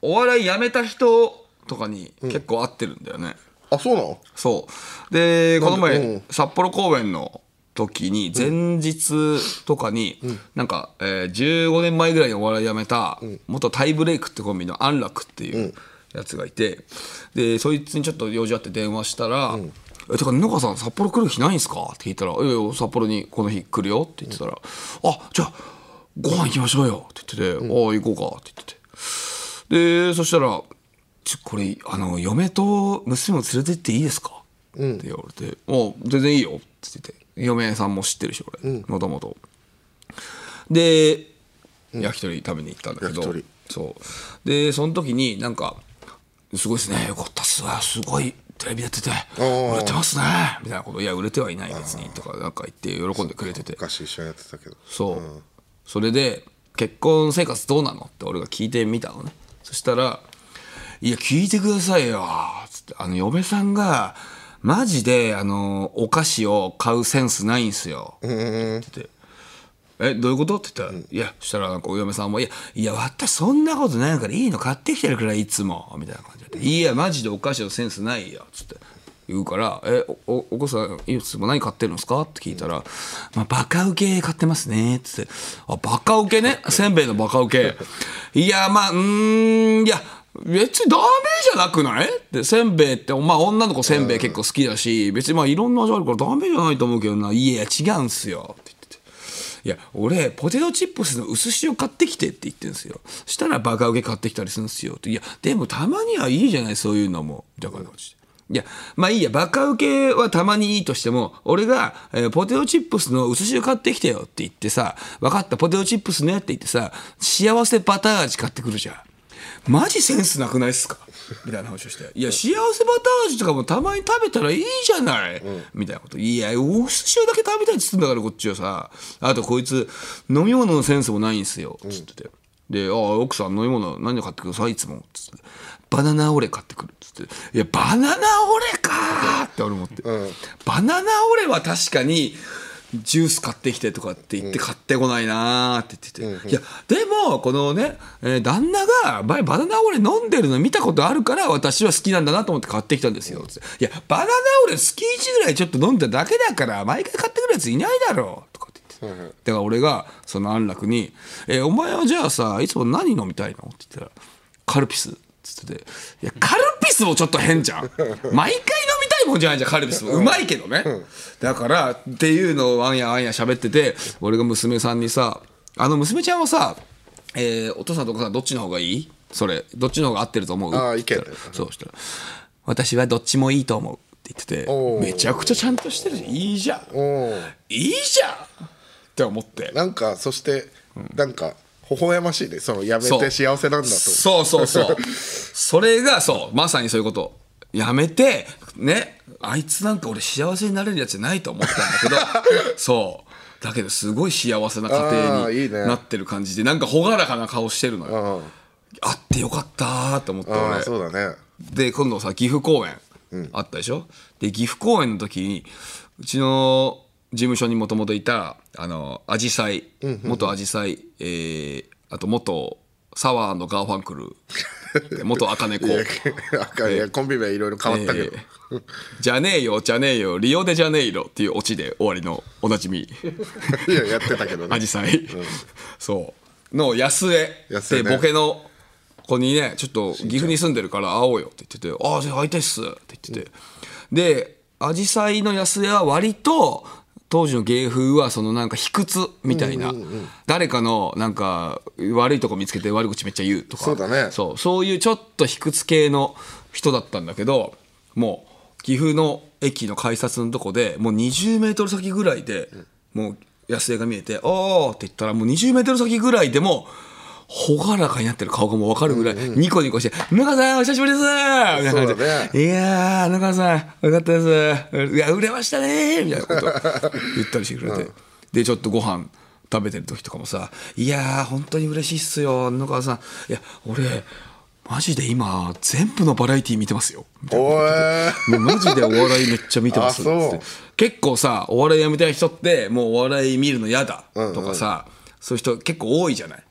S3: お笑いやめた人とかに結構会ってるんだよね、
S1: あそうなの
S3: そうでこの前、
S1: うん
S3: 札幌公演の時に前日とかに、なんか、えー15年前ぐらいにお笑いやめた、元タイブレイクってコンビの安楽っていうやつがいて、でそいつにちょっと用事あって電話したら「えてか布川さん札幌来る日ないんすか?」って聞いたら「いやいや札幌にこの日来るよ」って言ってたら「あじゃあご飯行きましょうよ」って言ってて「ああ行こうか」って言ってて。でそしたら「ちょこれあの嫁と娘も連れてっていいですか?」って言われて「もう全然いいよ」って言って嫁さんも知ってるし俺もともとで焼き鳥食べに行ったんだけど
S1: 焼き
S3: そうでその時になんか「すごいですねよかったっすわすごいテレビ出てて
S1: ー
S3: 売れてますね」みたいなこと「いや売れてはいない別に」とかなんか言って喜んでくれてて
S1: 昔一緒にやってたけど
S3: そう、それで「結婚生活どうなの?」って俺が聞いてみたのねそしたら「いや聞いてくださいよ」つってあの嫁さんがマジであのお菓子を買うセンスないんすよ」って言っててえどういうこと?」って言ったら「いや」そしたらなんかお嫁さんも「いやいや私そんなことないからいいの買ってきてるからいつも」みたいな感じで「いやマジでお菓子のセンスないよ」つって言うから「えおおお子さんいつも何買ってるんですか?」って聞いたら「まあ、バカウケ買ってますね」っつって「あバカウケ ねせんべいのバカウ ケ」「いやまあうーんいや別にダメじゃなくないでせんべいって、まあ、女の子せんべい結構好きだし別にまあいろんな味あるからダメじゃないと思うけどないやいや違うんすよ」って言ってて。いや俺ポテトチップスの薄塩買ってきてって言ってるんですよそしたらバカウケ買ってきたりするんですよっていやでもたまにはいいじゃないそういうのもだからいやまあいいやバカウケはたまにいいとしても俺が、えーポテトチップスの薄塩買ってきてよって言ってさ分かったポテトチップスねって言ってさ幸せバター味買ってくるじゃんマジセンスなくないっすか みたいな話をして「いや幸せバター味とかもたまに食べたらいいじゃない」みたいなこと「いやお寿司だけ食べたい」っつってんだからこっちはさあとこいつ飲み物のセンスもないんすよつってて。で「ああ奥さん飲み物何を買ってくださいいつも」つって「バナナオレ買ってくる」つって「いやバナナオレか!」って俺思って、バナナオレは確かにジュース買ってきてとかって言って買ってこないなーって言ってて、いやでもこのね、えー旦那が前バナナオレ飲んでるの見たことあるから私は好きなんだなと思って買ってきたんですよつっていやバナナオレ月1ぐらいちょっと飲んだだけだから毎回買ってくるやついないだろうとかって言って、だから俺がその安楽に「えーお前はじゃあさいつも何飲みたいの?」って言ったら「カルピス」っつってて「いやカルピスもちょっと変じ ゃん毎回飲みたいもんじゃないじゃんカルピスもうまいけどね、だからっていうのをあんやあんや喋ってて俺が娘さんにさあの娘ちゃんはさ、えーお父さんとお母さんどっちの方がいいそれどっちの方が合ってると思う
S1: あー意見
S3: って言ったらそうしたら「私はどっちもいいと思う」って言って
S1: お
S3: て
S1: ー
S3: めちゃくちゃちゃんとしてるじゃんいいじゃん
S1: おー
S3: いいじゃんって思って
S1: なんかそして、なんか微笑ましいねそのやめ
S3: そ
S1: て
S3: う
S1: 幸せなんだと
S3: そうそ うそうそれがそうまさにそういうことやめてねあいつなんか俺幸せになれるやつじゃないと思ったんだ けどそうだけどすごい幸せな家
S1: あ
S3: 庭
S1: ーいい
S3: に
S1: ね
S3: なってる感じでなんか朗らかな顔してるの
S1: う
S3: よ
S1: ん
S3: あってよかったーって思って
S1: ああ
S3: 俺
S1: そうだね
S3: で今度さ岐阜公演あったでしょ、で岐阜公演の時にうちの事務所にもともといたあのアジサイ元アジサイ、えーあと元サワーのガーファンクル で元茜子
S1: いやなんかいやコンビ名いろいろ変わったけど、
S3: えーじゃねえよじゃねえよリオデジャネイロっていうオチで終わりのおなじみ
S1: いややってたけど
S3: ア
S1: ね
S3: ジサイ、そうの安江
S1: 安江
S3: で
S1: ね
S3: ボケの子にねちょっと岐阜に住んでるから会おうよって言ってて「ああじゃあ会いたいっす」って言ってて、でアジサイの安江は割と当時の芸風はそのなんか卑屈みたいな、誰かのなんか悪いとこ見つけて悪口めっちゃ言うとか
S1: そうだね
S3: そうそういうちょっと卑屈系の人だったんだけどもう岐阜の駅の改札のとこでもう20メートル先ぐらいでもう安江が見えて「おーって言ったらもう20メートル先ぐらいでも「朗らかになってる顔がもう分かるぐらい、ニコニコして、ぬかさん、お久しぶりですみたいな感じで
S1: そうだね
S3: いやー、ぬかさん、よかったです。いや、売れましたねみたいなこと言ったりしてくれて。で、ちょっとご飯食べてる時とかもさ、いやー、本当に嬉しいっすよ、ぬかさん。いや、俺、マジで今、全部のバラエティー見てますよ。みたいな
S1: おえ
S3: もうマジでお笑いめっちゃ見てます
S1: あそう
S3: つって結構さお笑いやめたい人ってもうお笑い見るの嫌だとかさ、そういう人結構多いじゃない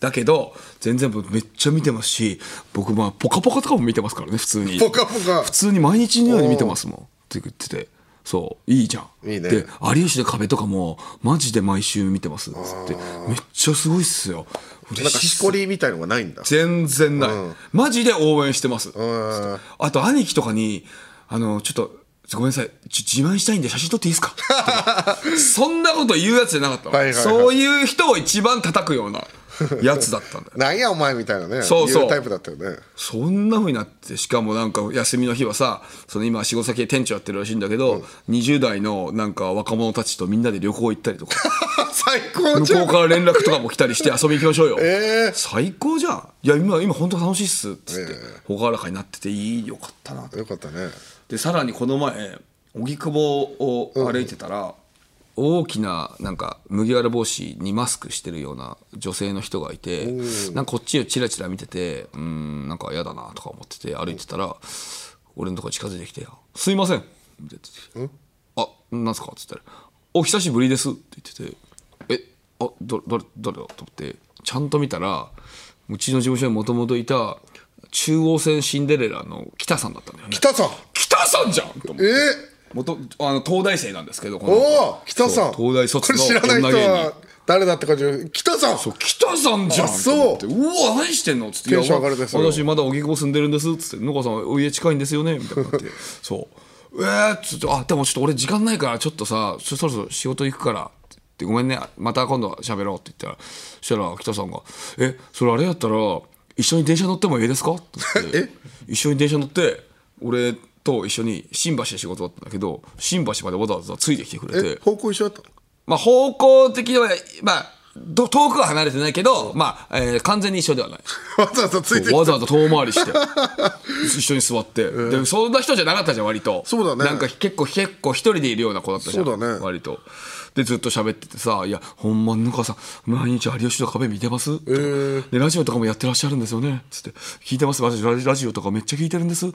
S3: だけど全然めっちゃ見てますし僕まあ「ぽかぽか」とかも見てますからね普通に
S1: ぽかぽか
S3: 普通に毎日のように見てますもんって言っててそういいじゃん
S1: いいね
S3: で「有吉の壁」とかもマジで毎週見てますっつってめっちゃすごいっすよ
S1: ー、
S3: 嬉
S1: なんか
S3: しいっ
S1: し
S3: すよ
S1: こりみたいのがないんだ
S3: 全然ない、マジで応援してます、
S1: うん
S3: あと兄貴とかに、あの、ちょっと、ごめんなさい、ちょ自慢したいんで写真撮っていいですか とかそんなこと言うやつじゃなかったの、
S1: はいはいはい
S3: そういう人を一番叩くようなやつだったんだよ。
S1: なんやお前みたいなね
S3: そうそ
S1: 言
S3: う
S1: うタイプだったよね
S3: そんなふうになってしかもなんか休みの日はさその今仕事先で店長やってるらしいんだけど、20代のなんか若者たちとみんなで旅行行った りとか
S1: 最高
S3: 向
S1: じゃ
S3: こうんから連絡とかも来たりして遊び行きましょうよ、
S1: え
S3: 最高じゃんいや今今本当楽しいっすっつって朗らかになってていいよかったな
S1: ー、よかったね
S3: でさらにこの前荻窪を歩いてたら、大きななんか麦わら帽子にマスクしてるような女性の人がいてなんかこっちをチラチラ見ててうーんなんか嫌だなとか思ってて歩いてたら俺のとこ近づいてきて「すいません」って言ってて「あなんすか?」って言ったら「お久しぶりです」って言っててえあど誰誰だと思ってちゃんと見たらうちの事務所にもともといた中央線シンデレラの北さんだったんだよね
S1: 北さん
S3: 北さんじゃんと思っ
S1: え
S3: て
S1: ー、
S3: 元あの東大生なんですけどこの
S1: おお北さん
S3: そう東大卒の
S1: これ知らない人
S3: 女芸
S1: は誰だって感じ北さん
S3: そう北さんじゃん
S1: あそう
S3: と思ってうわ何してんのっつって
S1: テンション上がるね
S3: いや
S1: それは
S3: 私まだ荻窪住んでるんですっつって「野川さんお家近いんですよね」みた いになってそう「えー」っつって「あでもちょっと俺時間ないからちょっとさそそろそろ仕事行くから」って「ごめんねまた今度喋ろう」って言ったらそしたら北さんが「えそれあれやったら一緒に電車乗ってもいいですか?」って言って一緒に電車乗って俺と一緒に新橋で仕事だったんだけど新橋までわざわざついてきてくれて
S1: え方向一緒だったの
S3: まあ、方向的には、まあ、ど遠くは離れてないけど、まあ、えー完全に一緒で はない。
S1: わざわざついてき
S3: わ
S1: た
S3: ざわざ遠回 りして、一緒に座って。で、そんな人じゃなかったじゃん、割と。
S1: そうだね
S3: なんか結構、結構一人でいるような子だったじゃん。
S1: そうだね
S3: 割と。で、ずっと喋っててさ、いや、ほんま、ぬかさん、毎日有吉の壁見てます、で、ラジオとかもやってらっしゃるんですよね。つって、聞いてます。私、ララジオとかめっちゃ聞いてるんです。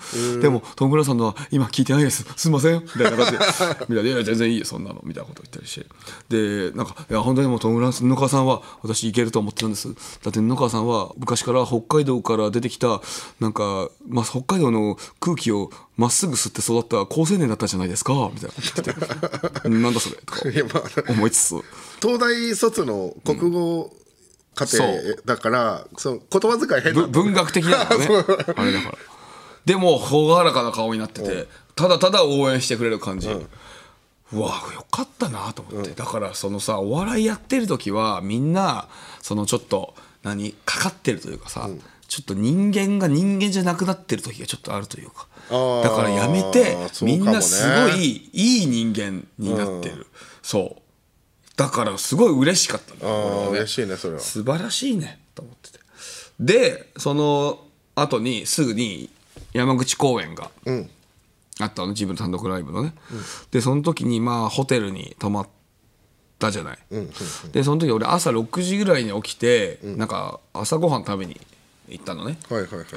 S3: でも、トム・ブラウンさんのは今聞いてないです。すいません。みたいな感じで、 みたいな、いや、全然いいよ、そんなの。みたいなこと言ったりして。で、なんか、いや、本当にもうトム・ブラウンさん、野川さんは、私、いけると思ってたんです。だって、野川さんは、昔から北海道から出てきた、なんか、まあ、北海道の空気をまっすぐ吸って育った好青年だったじゃないですか、みたいなこと言っててなんだそれとか
S1: いやまあ
S3: 思いつつ。
S1: 東大卒の国語家
S3: うん
S1: 庭だから、その言葉遣い変
S3: ぶ
S1: な
S3: 文学的だから ねあれだからでも朗らかな顔になっててただただ応援してくれる感じ、うわよかったなと思って、だからそのさお笑いやってる時はみんなそのちょっと何かかってるというかさ、ちょっと人間が人間じゃなくなってる時がちょっとあるというか
S1: あー
S3: だからやめて、
S1: そうか
S3: み
S1: もね
S3: んなすごいいい人間になってる、そうだからすごい嬉しかったんだ
S1: ああ嬉しいねそれは
S3: 素晴らしいねと思っててでその後にすぐに山口公演があったの、自分の単独ライブのね、でその時にまあホテルに泊まったじゃない、でその時俺朝6時ぐらいに起きて、なんか朝ごはん食べに行ったのね
S1: はいはいはい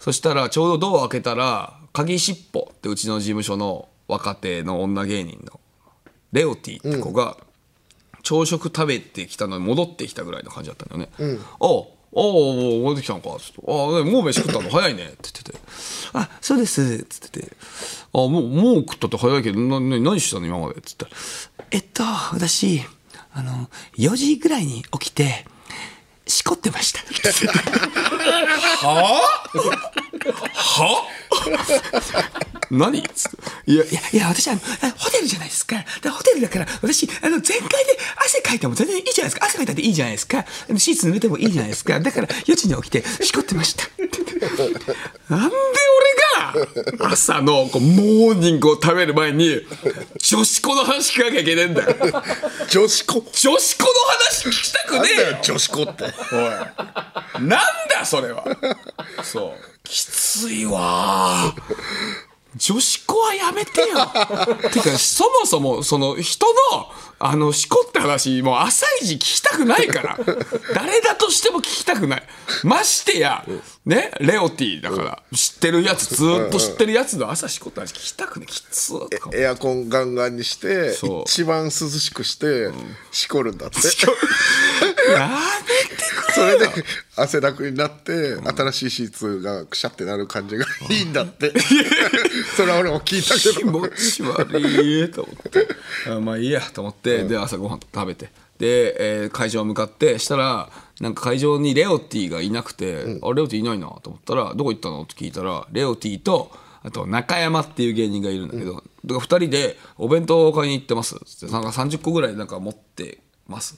S3: そしたらちょうどドア開けたら鍵しっぽってうちの事務所の若手の女芸人のレオティって子が朝食食べてきたのに戻ってきたぐらいの感じだったんだよね。おうおうおう戻ってきたのかつって「ああもう飯食ったの早いね」って言ってて「あそうです」っつってて「あもうもう食ったって早いけどなな何してたの今まで」っつったら「えっと私あの4時ぐらいに起きてしこってました」は 何っつっていやいやいや私はあのホテルじゃないですかだからホテルだから私あの全開で汗かいても全然いいじゃないですか汗かいたっていいじゃないですかあのシーツ濡れてもいいじゃないですかだから4時に起きてしこってましたって言ってなんで俺が朝のこうモーニングを食べる前に女子校の話聞かなきゃいけねえんだよ
S1: 女子校
S3: 女子校の話聞きたく
S1: なん
S3: ねえ
S1: だ
S3: よ
S1: よ女子校っておい
S7: なんだそれはそう
S3: きついわー女子校はやめてよてかそもそもその人のあのしこって話もう朝一聞きたくないから誰だとしても聞きたくないましてやねレオティだから知ってるやつずーっと知ってるやつの朝しこった話聞きたくないきつーとか
S1: エアコンガンガンにして
S3: そう
S1: 一番涼しくしてしこるんだって
S3: や
S1: それで汗だくになって新しいシーツがくしゃってなる感じがいいんだってそれは俺も聞いた
S3: 気
S1: けど
S3: 持ち悪いと 思ってあまあいいやと思って、で朝ご飯食べてで、えー会場向かってしたらなんか会場にレオティがいなくて、あレオティいないなと思ったらどこ行ったのって聞いたらレオティとあと中山っていう芸人がいるんだけど、だから2人でお弁当を買いに行ってますつってなんか30個ぐらいなんか持ってます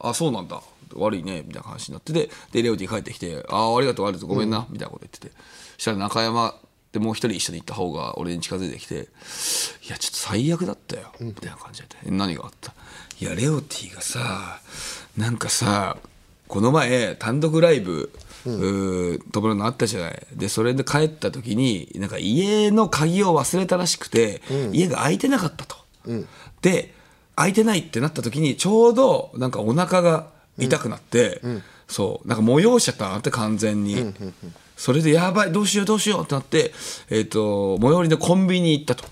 S3: あそうなんだ悪いねみたいな話になっててでレオティ帰ってきて「ああありがとうありがとうごめんな」みたいなこと言っててそしたら中山でもう一人一緒に行った方が俺に近づいてきて「いやちょっと最悪だったよ」みたいな感じで「え何があった?」「いやレオティがさなんかさこの前単独ライブ、うーところのあったじゃないでそれで帰った時になんか家の鍵を忘れたらしくて、家が開いてなかったと、で開いてないってなった時にちょうどなんかお腹が痛くなって、そうなんか催しちゃったなって完全に、それでやばいどうしようどうしようってなって、えー、と最寄りのコンビニに行ったと。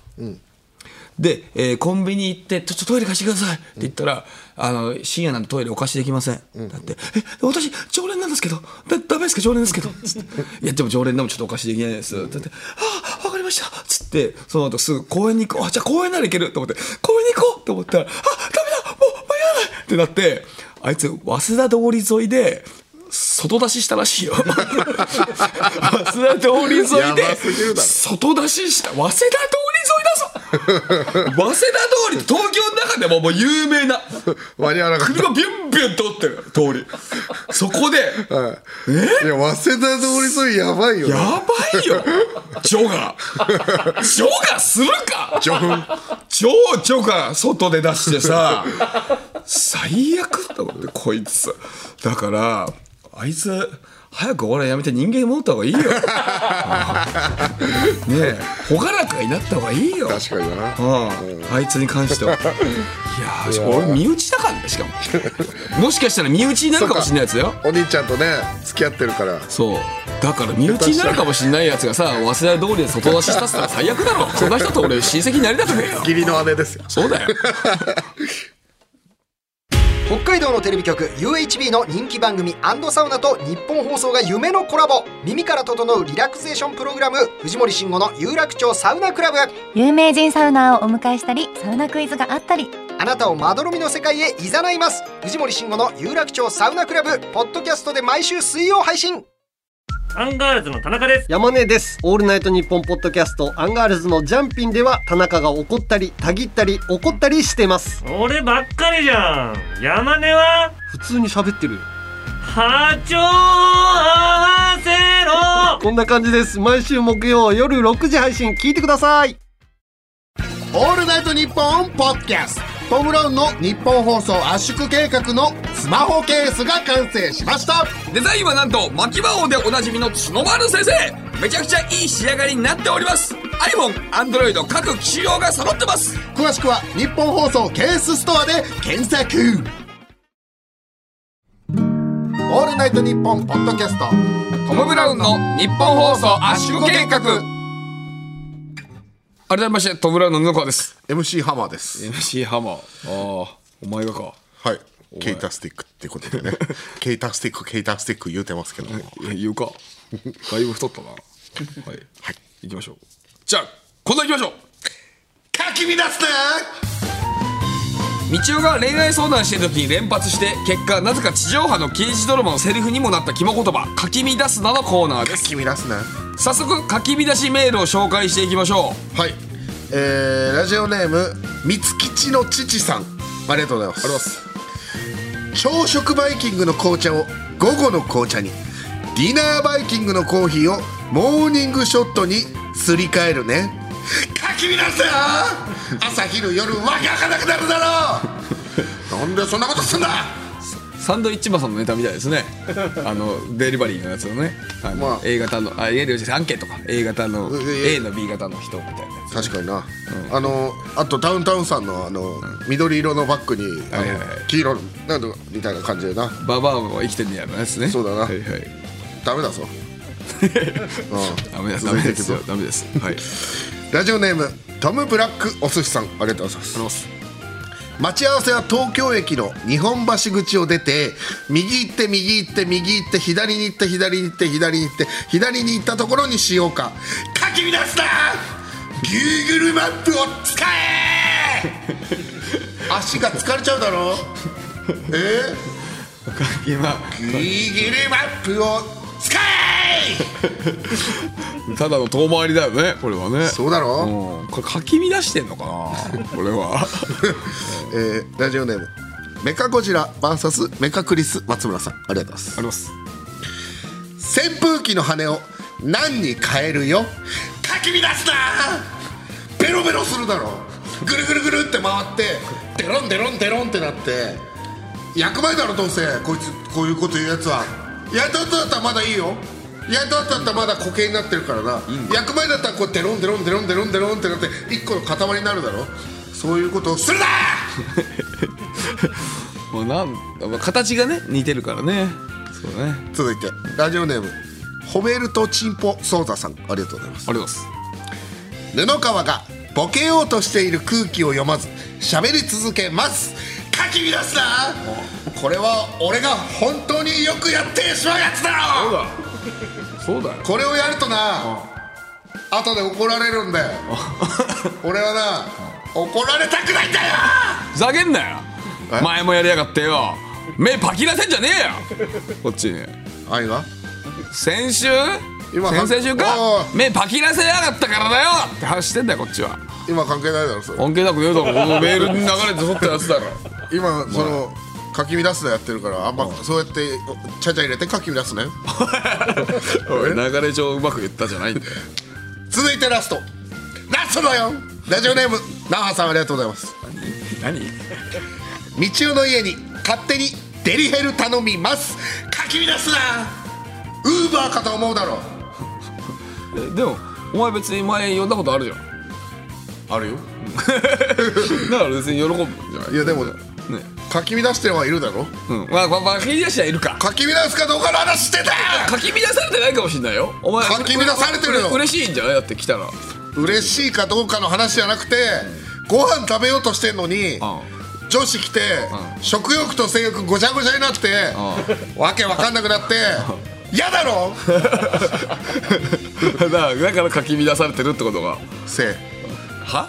S3: で、えーコンビニ行って「ちょっとトイレ貸してください」って言ったら、あの「深夜なんでトイレお貸しできません」だって「え私常連なんですけどだダメですか常連です けど」つって「いやでも常連でもちょっとお貸しできないです」って言って「ああ分かりました」つってその後すぐ公園に行こうあじゃあ公園なら行けると思って公園に行こうと思ったら「あダメだもう間に合わない!」ってなってあいつ早稲田通り沿いで外出ししたらしいよ 早稲田通り沿い
S1: やばすぎる
S3: で
S1: だろ
S3: 外出しした早稲田通り沿いだぞ早稲田通りって東京の中でももう有名な
S1: 間に合わなかっ
S3: 車ビュンビュン通ってる通りそこで
S1: た、はいいや早稲田通りそれやばいよね
S3: やばいよジョガジョガするか
S1: ジョフン
S3: ジョジョガ外で出してさ最悪だもんねこいつだからあいつ早くお笑いやめて人間に戻った方がいいよねえ朗らかになった方がいいよ
S1: 確かにな
S3: うん、あいつに関してはいやーしかも俺身内だからねしかも もしかしたら身内になるかもしれないやつだよ
S1: お兄ちゃんとね付き合ってるから
S3: そうだから身内になるかもしれないやつがさ早稲田通りで外出ししたっつったら最悪だろそんな人と俺親戚になりたくねえよ
S1: 義理の姉ですよ
S3: そうだよ
S8: 北海道のテレビ局 UHB の人気番組サウナと日本放送が夢のコラボ耳から整うリラクゼーションプログラム藤森慎吾の有楽町サウナクラブ
S9: 有名人サウナーをお迎えしたりサウナクイズがあったり
S8: あなたをまどろみの世界へいざないます藤森慎吾の有楽町サウナクラブポッドキャストで毎週水曜配信
S10: アンガールズの田中です。
S11: 山根です。オールナイトニッポンポッドキャストアンガールズのジャンピンでは田中が怒ったり、たぎったり、怒ったりしてます。
S10: 俺ばっかりじゃん。山根は
S11: 普通に喋ってるよ。
S10: 波長を合わせろ
S11: こんな感じです。毎週木曜夜6時配信聞いてください。
S5: 「オールナイトニッポン」ポッドキャストトム・ブラウンの日本放送圧縮計画のスマホケースが完成しました
S7: デザインはなんと牧場王でおなじみの角丸先生めちゃくちゃいい仕上がりになっております iPhone、Android 各機種用が揃ってます
S5: 詳しくは日本放送ケースストアで検索
S1: 「オールナイトニッポン」ポッドキャスト
S7: トム・ブラウンの日本放送圧縮計画
S3: 改めましてトム・ブラウンの布川です
S1: MC ハマーです
S3: MC ハマーああお前がか
S1: はいケイタスティックってことで ねケイタスティックケイタスティック言うてますけども
S3: いや言うかだいぶ太ったなはい、はい、行きましょうじゃあこんなん行きましょう
S1: かき乱すな
S7: 道夫が恋愛相談してる時に連発して結果なぜか地上波の刑事ドラマのセリフにもなった肝言葉「かき乱すな」のコーナーで
S1: か
S7: す
S1: き乱すな
S7: 早速かき乱しメールを紹介していきましょう
S1: はい、えー、ラジオネーム三吉の父さんありがとうございます朝食バイキングの紅茶を午後の紅茶にディナーバイキングのコーヒーをモーニングショットにすり替えるねかき乱せよ朝昼夜わけわかんなくなるだろうなんでそんなことすんだ
S3: サンドイッチマンさんのネタみたいです ねあのデリバリーのやつのねあの、
S1: まあ
S3: A 型のあいや両親アンケートか A 型の
S1: うん
S3: A の B 型の人みたいなやつ
S1: 確かにな、あのあとダウンタウンさんのあの、緑色のバッグにあの、
S3: はいはいは
S1: 黄色なんとかみたいな感じでな
S3: ババアは生きてんねやろなやつね
S1: そうだな
S3: はいはい
S1: ダメだ ぞ、うん
S3: ダメですダ
S1: 続い
S3: メ
S1: てい
S3: で
S1: く
S3: す
S1: ぞ
S3: よダメですはい
S1: ラジオネームトム・ブラックお寿司さんありがとうございます
S3: あのす
S1: 待ち合わせは東京駅の日本橋口を出て右行って右行って右行って左に行って左に行って左に行って左に行ったところにしようかかき乱すな Google マップを使え足が疲れちゃうだろえ
S3: 今
S1: Google マップを使え
S3: ただの遠回りだよねこれはね
S1: そうだろ、
S3: うんこれかき乱してんのかなこれ は
S1: えーラジオネームメカゴジラ VS メカクリス松村さんありがとうございます
S3: あります
S1: 扇風機の羽を何に変えるよかき乱すなベロベロするだろぐるぐるぐるって回ってデロンデロンデロンってなって役前だろどうせこいつこういうこと言うやつはやった後だったらまだいいよやった後だったらまだ固形になってるからな役前だったらこうデロンデロンデロンデロンデロンってなって一個の塊になるだろそういうことをするな
S3: もうなんまあ形がね似てるからねそうだね
S1: 続いてラジオネーム褒めるとチンポソーザさんありがとうございます
S3: あります
S1: 布川がボケようとしている空気を読まず喋り続けますかき乱すなこれは俺が本当によくやってしまうやつだろ
S3: そうだよ
S1: これをやるとな後で怒られるんだよ 俺はな怒られたくないんだよ
S3: ふざけんなよ
S1: え
S3: 前もやりやがってよ目パキらせんじゃねえよこっちに
S1: あいが
S3: 先週
S1: 今
S3: 先々週
S1: お
S3: か
S1: い
S3: 目パキらせやがったからだよって話してんだよこっちは
S1: 今関係ないだろそれ
S3: 関係なく言うとこのメールに流れて撮ったやつだろ
S1: 今そのかき乱すのやってるからあんまそうやってちゃちゃ入れてかき乱すね
S3: おい流れ上うまく言ったじゃないんだよ
S1: 続いてラストラストだよラジオネーム那覇さんありがとうございます
S3: 何
S1: 道夫の家に勝手にデリヘル頼みますかき乱すなウーバーかと思うだろ
S3: えでもお前別に前呼んだことあるじゃん
S1: あるよ
S3: だから別に喜ぶじゃない
S1: いやでも
S3: ね
S1: かき乱してはいるだろ
S3: うんまあまあまあ書き出しはいるか
S1: かき乱すかどうかの話してた
S3: 書き乱されてないかもしれないよお前
S1: かき乱されてるよ
S3: うれ嬉しいんじゃないだって来たら
S1: 嬉しいかどうかの話じゃなくてご飯食べようとしてんのに女子来て食欲と性欲ごちゃごちゃになってわけわかんなくなって嫌だろ
S3: だからだからかき乱されてるってことが
S1: せい
S3: は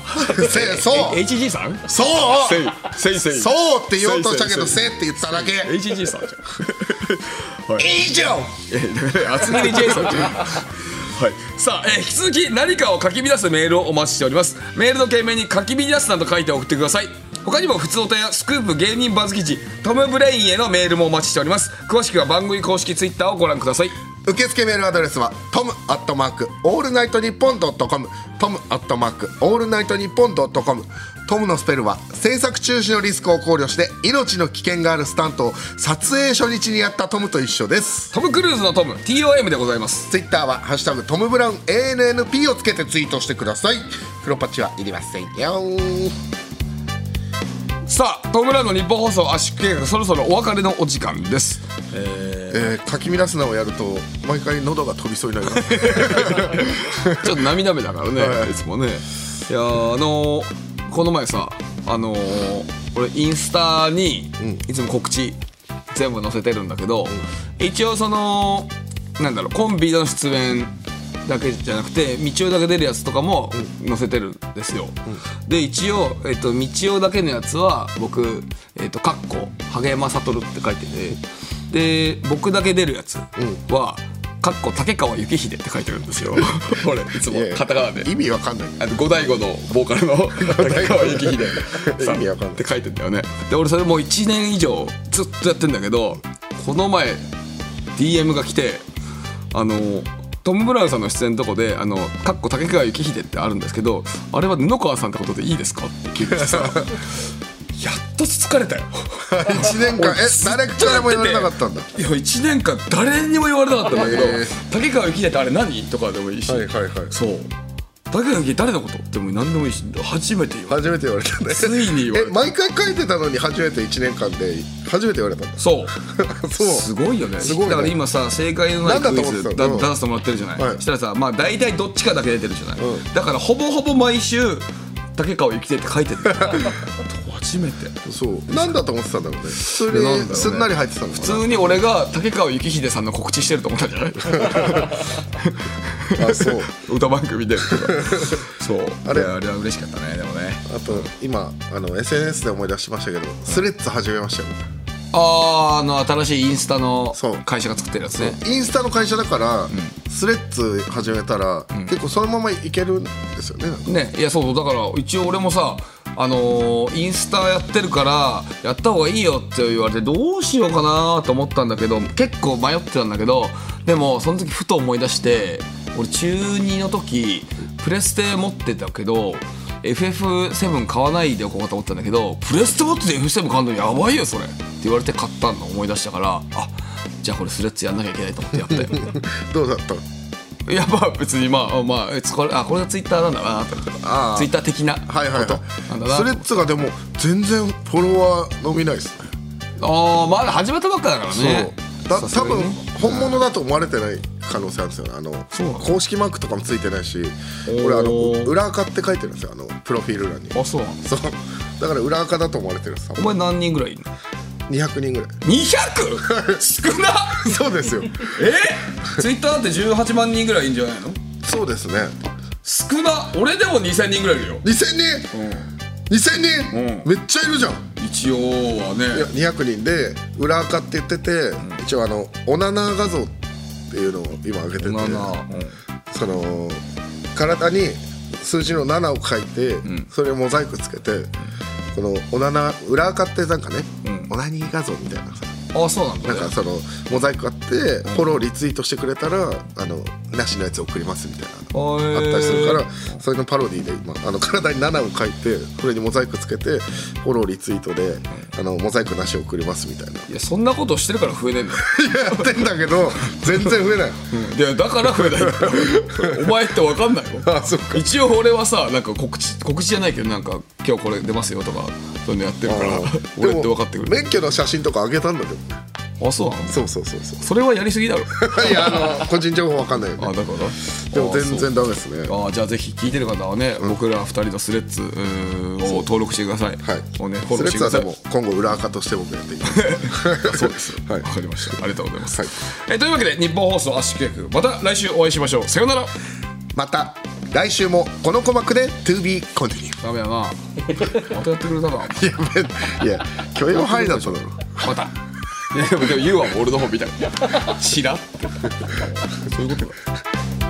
S1: せいそう
S3: HG さん
S1: そう
S3: せいせいせい
S1: そうって言おうとしたけど「
S3: せい
S1: せ」って言っただけ
S3: せい HG さんじゃんはい
S1: 以上
S3: え厚切りジェイソンじゃんはい、さあ、えー引き続き何かを書き乱すメールをお待ちしておりますメールの件名に「書き乱す」など書いて送ってください他にも「普通歌」や「スクープ芸人バズ記事」「トム・ブレイン」へのメールもお待ちしております詳しくは番組公式ツイッターをご覧ください
S1: 受付メールアドレスはトムアットマークオールナイトニッポンドットコムトムアットマークオールナイトニッポンドットコムトムのスペルは制作中止のリスクを考慮して命の危険があるスタントを撮影初日にやったトムと一緒です
S3: トム・クルーズのトム TOM でございます
S1: ツイッターは「ハッシュタグトム・ブラウン ANNP」をつけてツイートしてください黒パチはいりませんよ
S3: さあトム・ブラウンの日本放送圧縮計画そろそろお別れのお時間です
S1: えー、かき乱すのをやると毎回喉が飛びそうになるな
S3: ちょっと涙目だからね、
S1: はい
S3: い、つもね。いやーあのーこの前さあのー俺インスタにいつも告知全部載せてるんだけど、一応そのなんだろうコンビの出演だけじゃなくて道夫だけ出るやつとかも載せてるんですよ。で一応、えっと道夫だけのやつは僕「えっとかっこ萩山悟」って書いててで僕だけ出るやつは「かっこ竹川幸秀」って書いてるんです よ。俺いつもカタカナで
S1: 意味わかんない
S3: あの五大 五のボーカルの竹川幸秀さ
S1: 意
S3: ん
S1: 味わかんない
S3: って書いてんだよねで俺それもう1年以上ずっとやってんだけどこの前 DM が来てあのトム・ブラウンさんの出演のとこで「あのかっこ竹川幸 秀」ってあるんですけどあれは布川さんってことでいいですかって聞いてさやっととつつかれたよ
S1: 1年間え誰からも言われなかったんだ
S3: いや1年間誰にも言われなかったんだけど
S1: へえ
S3: 「竹川幸也ってあれ何?」とかでもいいし、
S1: はいはいはい
S3: そう「竹川幸也誰のこと?」でも何でもいいし初めて言われ
S1: 初めて言われた んだ
S3: たついに言われ
S1: え
S3: た
S1: 毎回書いてたのに初めて1年間で初めて言われたんだ
S3: そう
S1: そう
S3: すごいよね
S1: すごいね
S3: だから今さ正解のない
S1: なんだと
S3: クイ
S1: 思って
S3: ズ
S1: た
S3: だ
S1: のうん
S3: 出してもらってるじゃない、
S1: はい
S3: したらさまあ大体どっちかだけ出てるじゃない、
S1: うん
S3: だからほぼほぼ毎週「竹川幸也って書いてるんだよ初めて
S1: そうなんだと思ってたんだろうね普
S3: いやなんだろ
S1: 通
S3: うね
S1: にすんなり入ってたのかな
S3: 普通に俺が竹川幸秀さんの告知してると思ったん じゃない
S1: あそう
S3: 歌番組でとかそう
S1: あれ
S3: いやあれは嬉しかったねでもね
S1: あと今あの SNS で思い出しましたけどスレッズ始めましたよ
S3: あーあの新しいインスタの
S1: そう
S3: 会社が作ってるやつね
S1: インスタの会社だから、スレッズ始めたら、結構そのままいけるんですよねなんか
S3: ねいやそうそうだから一応俺もさあのーインスタやってるからやった方がいいよって言われてどうしようかなと思ったんだけど結構迷ってたんだけどでもその時ふと思い出して俺中2の時プレステ持ってたけど FF7 買わないでおこうかと思ったんだけどプレステ持ってて FF7 買うのやばいよそれって言われて買ったのを思い出したからあじゃあこれスレッズやんなきゃいけないと思ってやったよ
S1: どうだった
S3: い やまあ別にまあまあえこれあこれがツイッターなんだなと思って
S1: あー
S3: ツイッター的な
S1: はいはい
S3: ことなんだな
S1: はいスレッズがでも全然フォロワー伸びないですね
S3: ああまだ始まったばっかだからね
S1: そうだ
S3: さす
S1: 多
S3: がに
S1: 分
S3: ね
S1: 本物だと思われてない可能性あるんですよねあの
S3: そうなの
S1: 公式マークとかもついてないし
S3: ー
S1: 俺あの裏垢って書いてるんですよあのプロフィール欄に
S3: あそうなの
S1: そうだから裏垢だと思われてるんです多
S3: お
S1: 分
S3: 前何人ぐらいいるの
S1: 200人ぐ らい
S3: 200? 少な
S1: そうですよ
S3: えツイッターって18万人ぐらいいんじゃないの
S1: そうですね
S3: 少な俺でも2000人ぐらいいるよ
S1: 2000人、2000人、めっちゃいるじゃん
S3: 一応はい
S1: や
S3: ね
S1: 200人で裏垢って言ってて、一応あのオナナー画像っていうのを今上げてて
S3: まあなうん
S1: その体に数字の7を書いて、それをモザイクつけて、このオナナ裏垢ってなんかね、オナニー画像みたいなさ
S3: あそうなんだ
S1: なんかそのモザイクあって、フォローリツイートしてくれたらあのなしのやつ送りますみたいなの
S3: へー
S1: あったりするからそれのパロディで今あの体に7を書いてこれにモザイクつけてフォローリツイートであのモザイクなし送りますみたいな
S3: いやそんなことしてるから増えねえんだよ
S1: やってんだけど全然 増えない
S3: いやだから増えない お前って分かんないよ
S1: あそっか
S3: 一応俺はさなんか告知告知じゃないけどなんか今日これ出ますよとかそういうのやってるから 俺って分かってく
S1: でも
S3: る
S1: 免許の写真とかあげたんだけど
S3: あそうなの
S1: そうそうそうそ
S3: それはやりすぎだろ
S1: う いやあの個人情報わかんないよ
S3: あ
S1: ね
S3: だから
S1: でも全
S3: あ
S1: 然ダメですね
S3: そうあじゃあぜひ聞いてる方はね、僕ら二人のスレッズうーを登録してください、
S1: はい
S3: をねフォ
S1: ス
S3: ロ
S1: レ
S3: ーし
S1: ッ
S3: てく
S1: ズ
S3: だ
S1: は
S3: さ
S1: で
S3: い
S1: も今後裏垢として僕やっていきます
S3: そうですわ、
S1: はい
S3: かりましたありがとうございます、
S1: はい
S3: えーというわけで日本放送圧縮計画また来週お会いしましょうさようなら
S1: また来週もこの鼓膜で TOBE コンティニュー
S3: ダ メやなまたやってくれたない
S1: や、いや、許容範囲だっただろ。
S3: またいやでもでも言うわ俺の方みたいなチラッてそういうことだ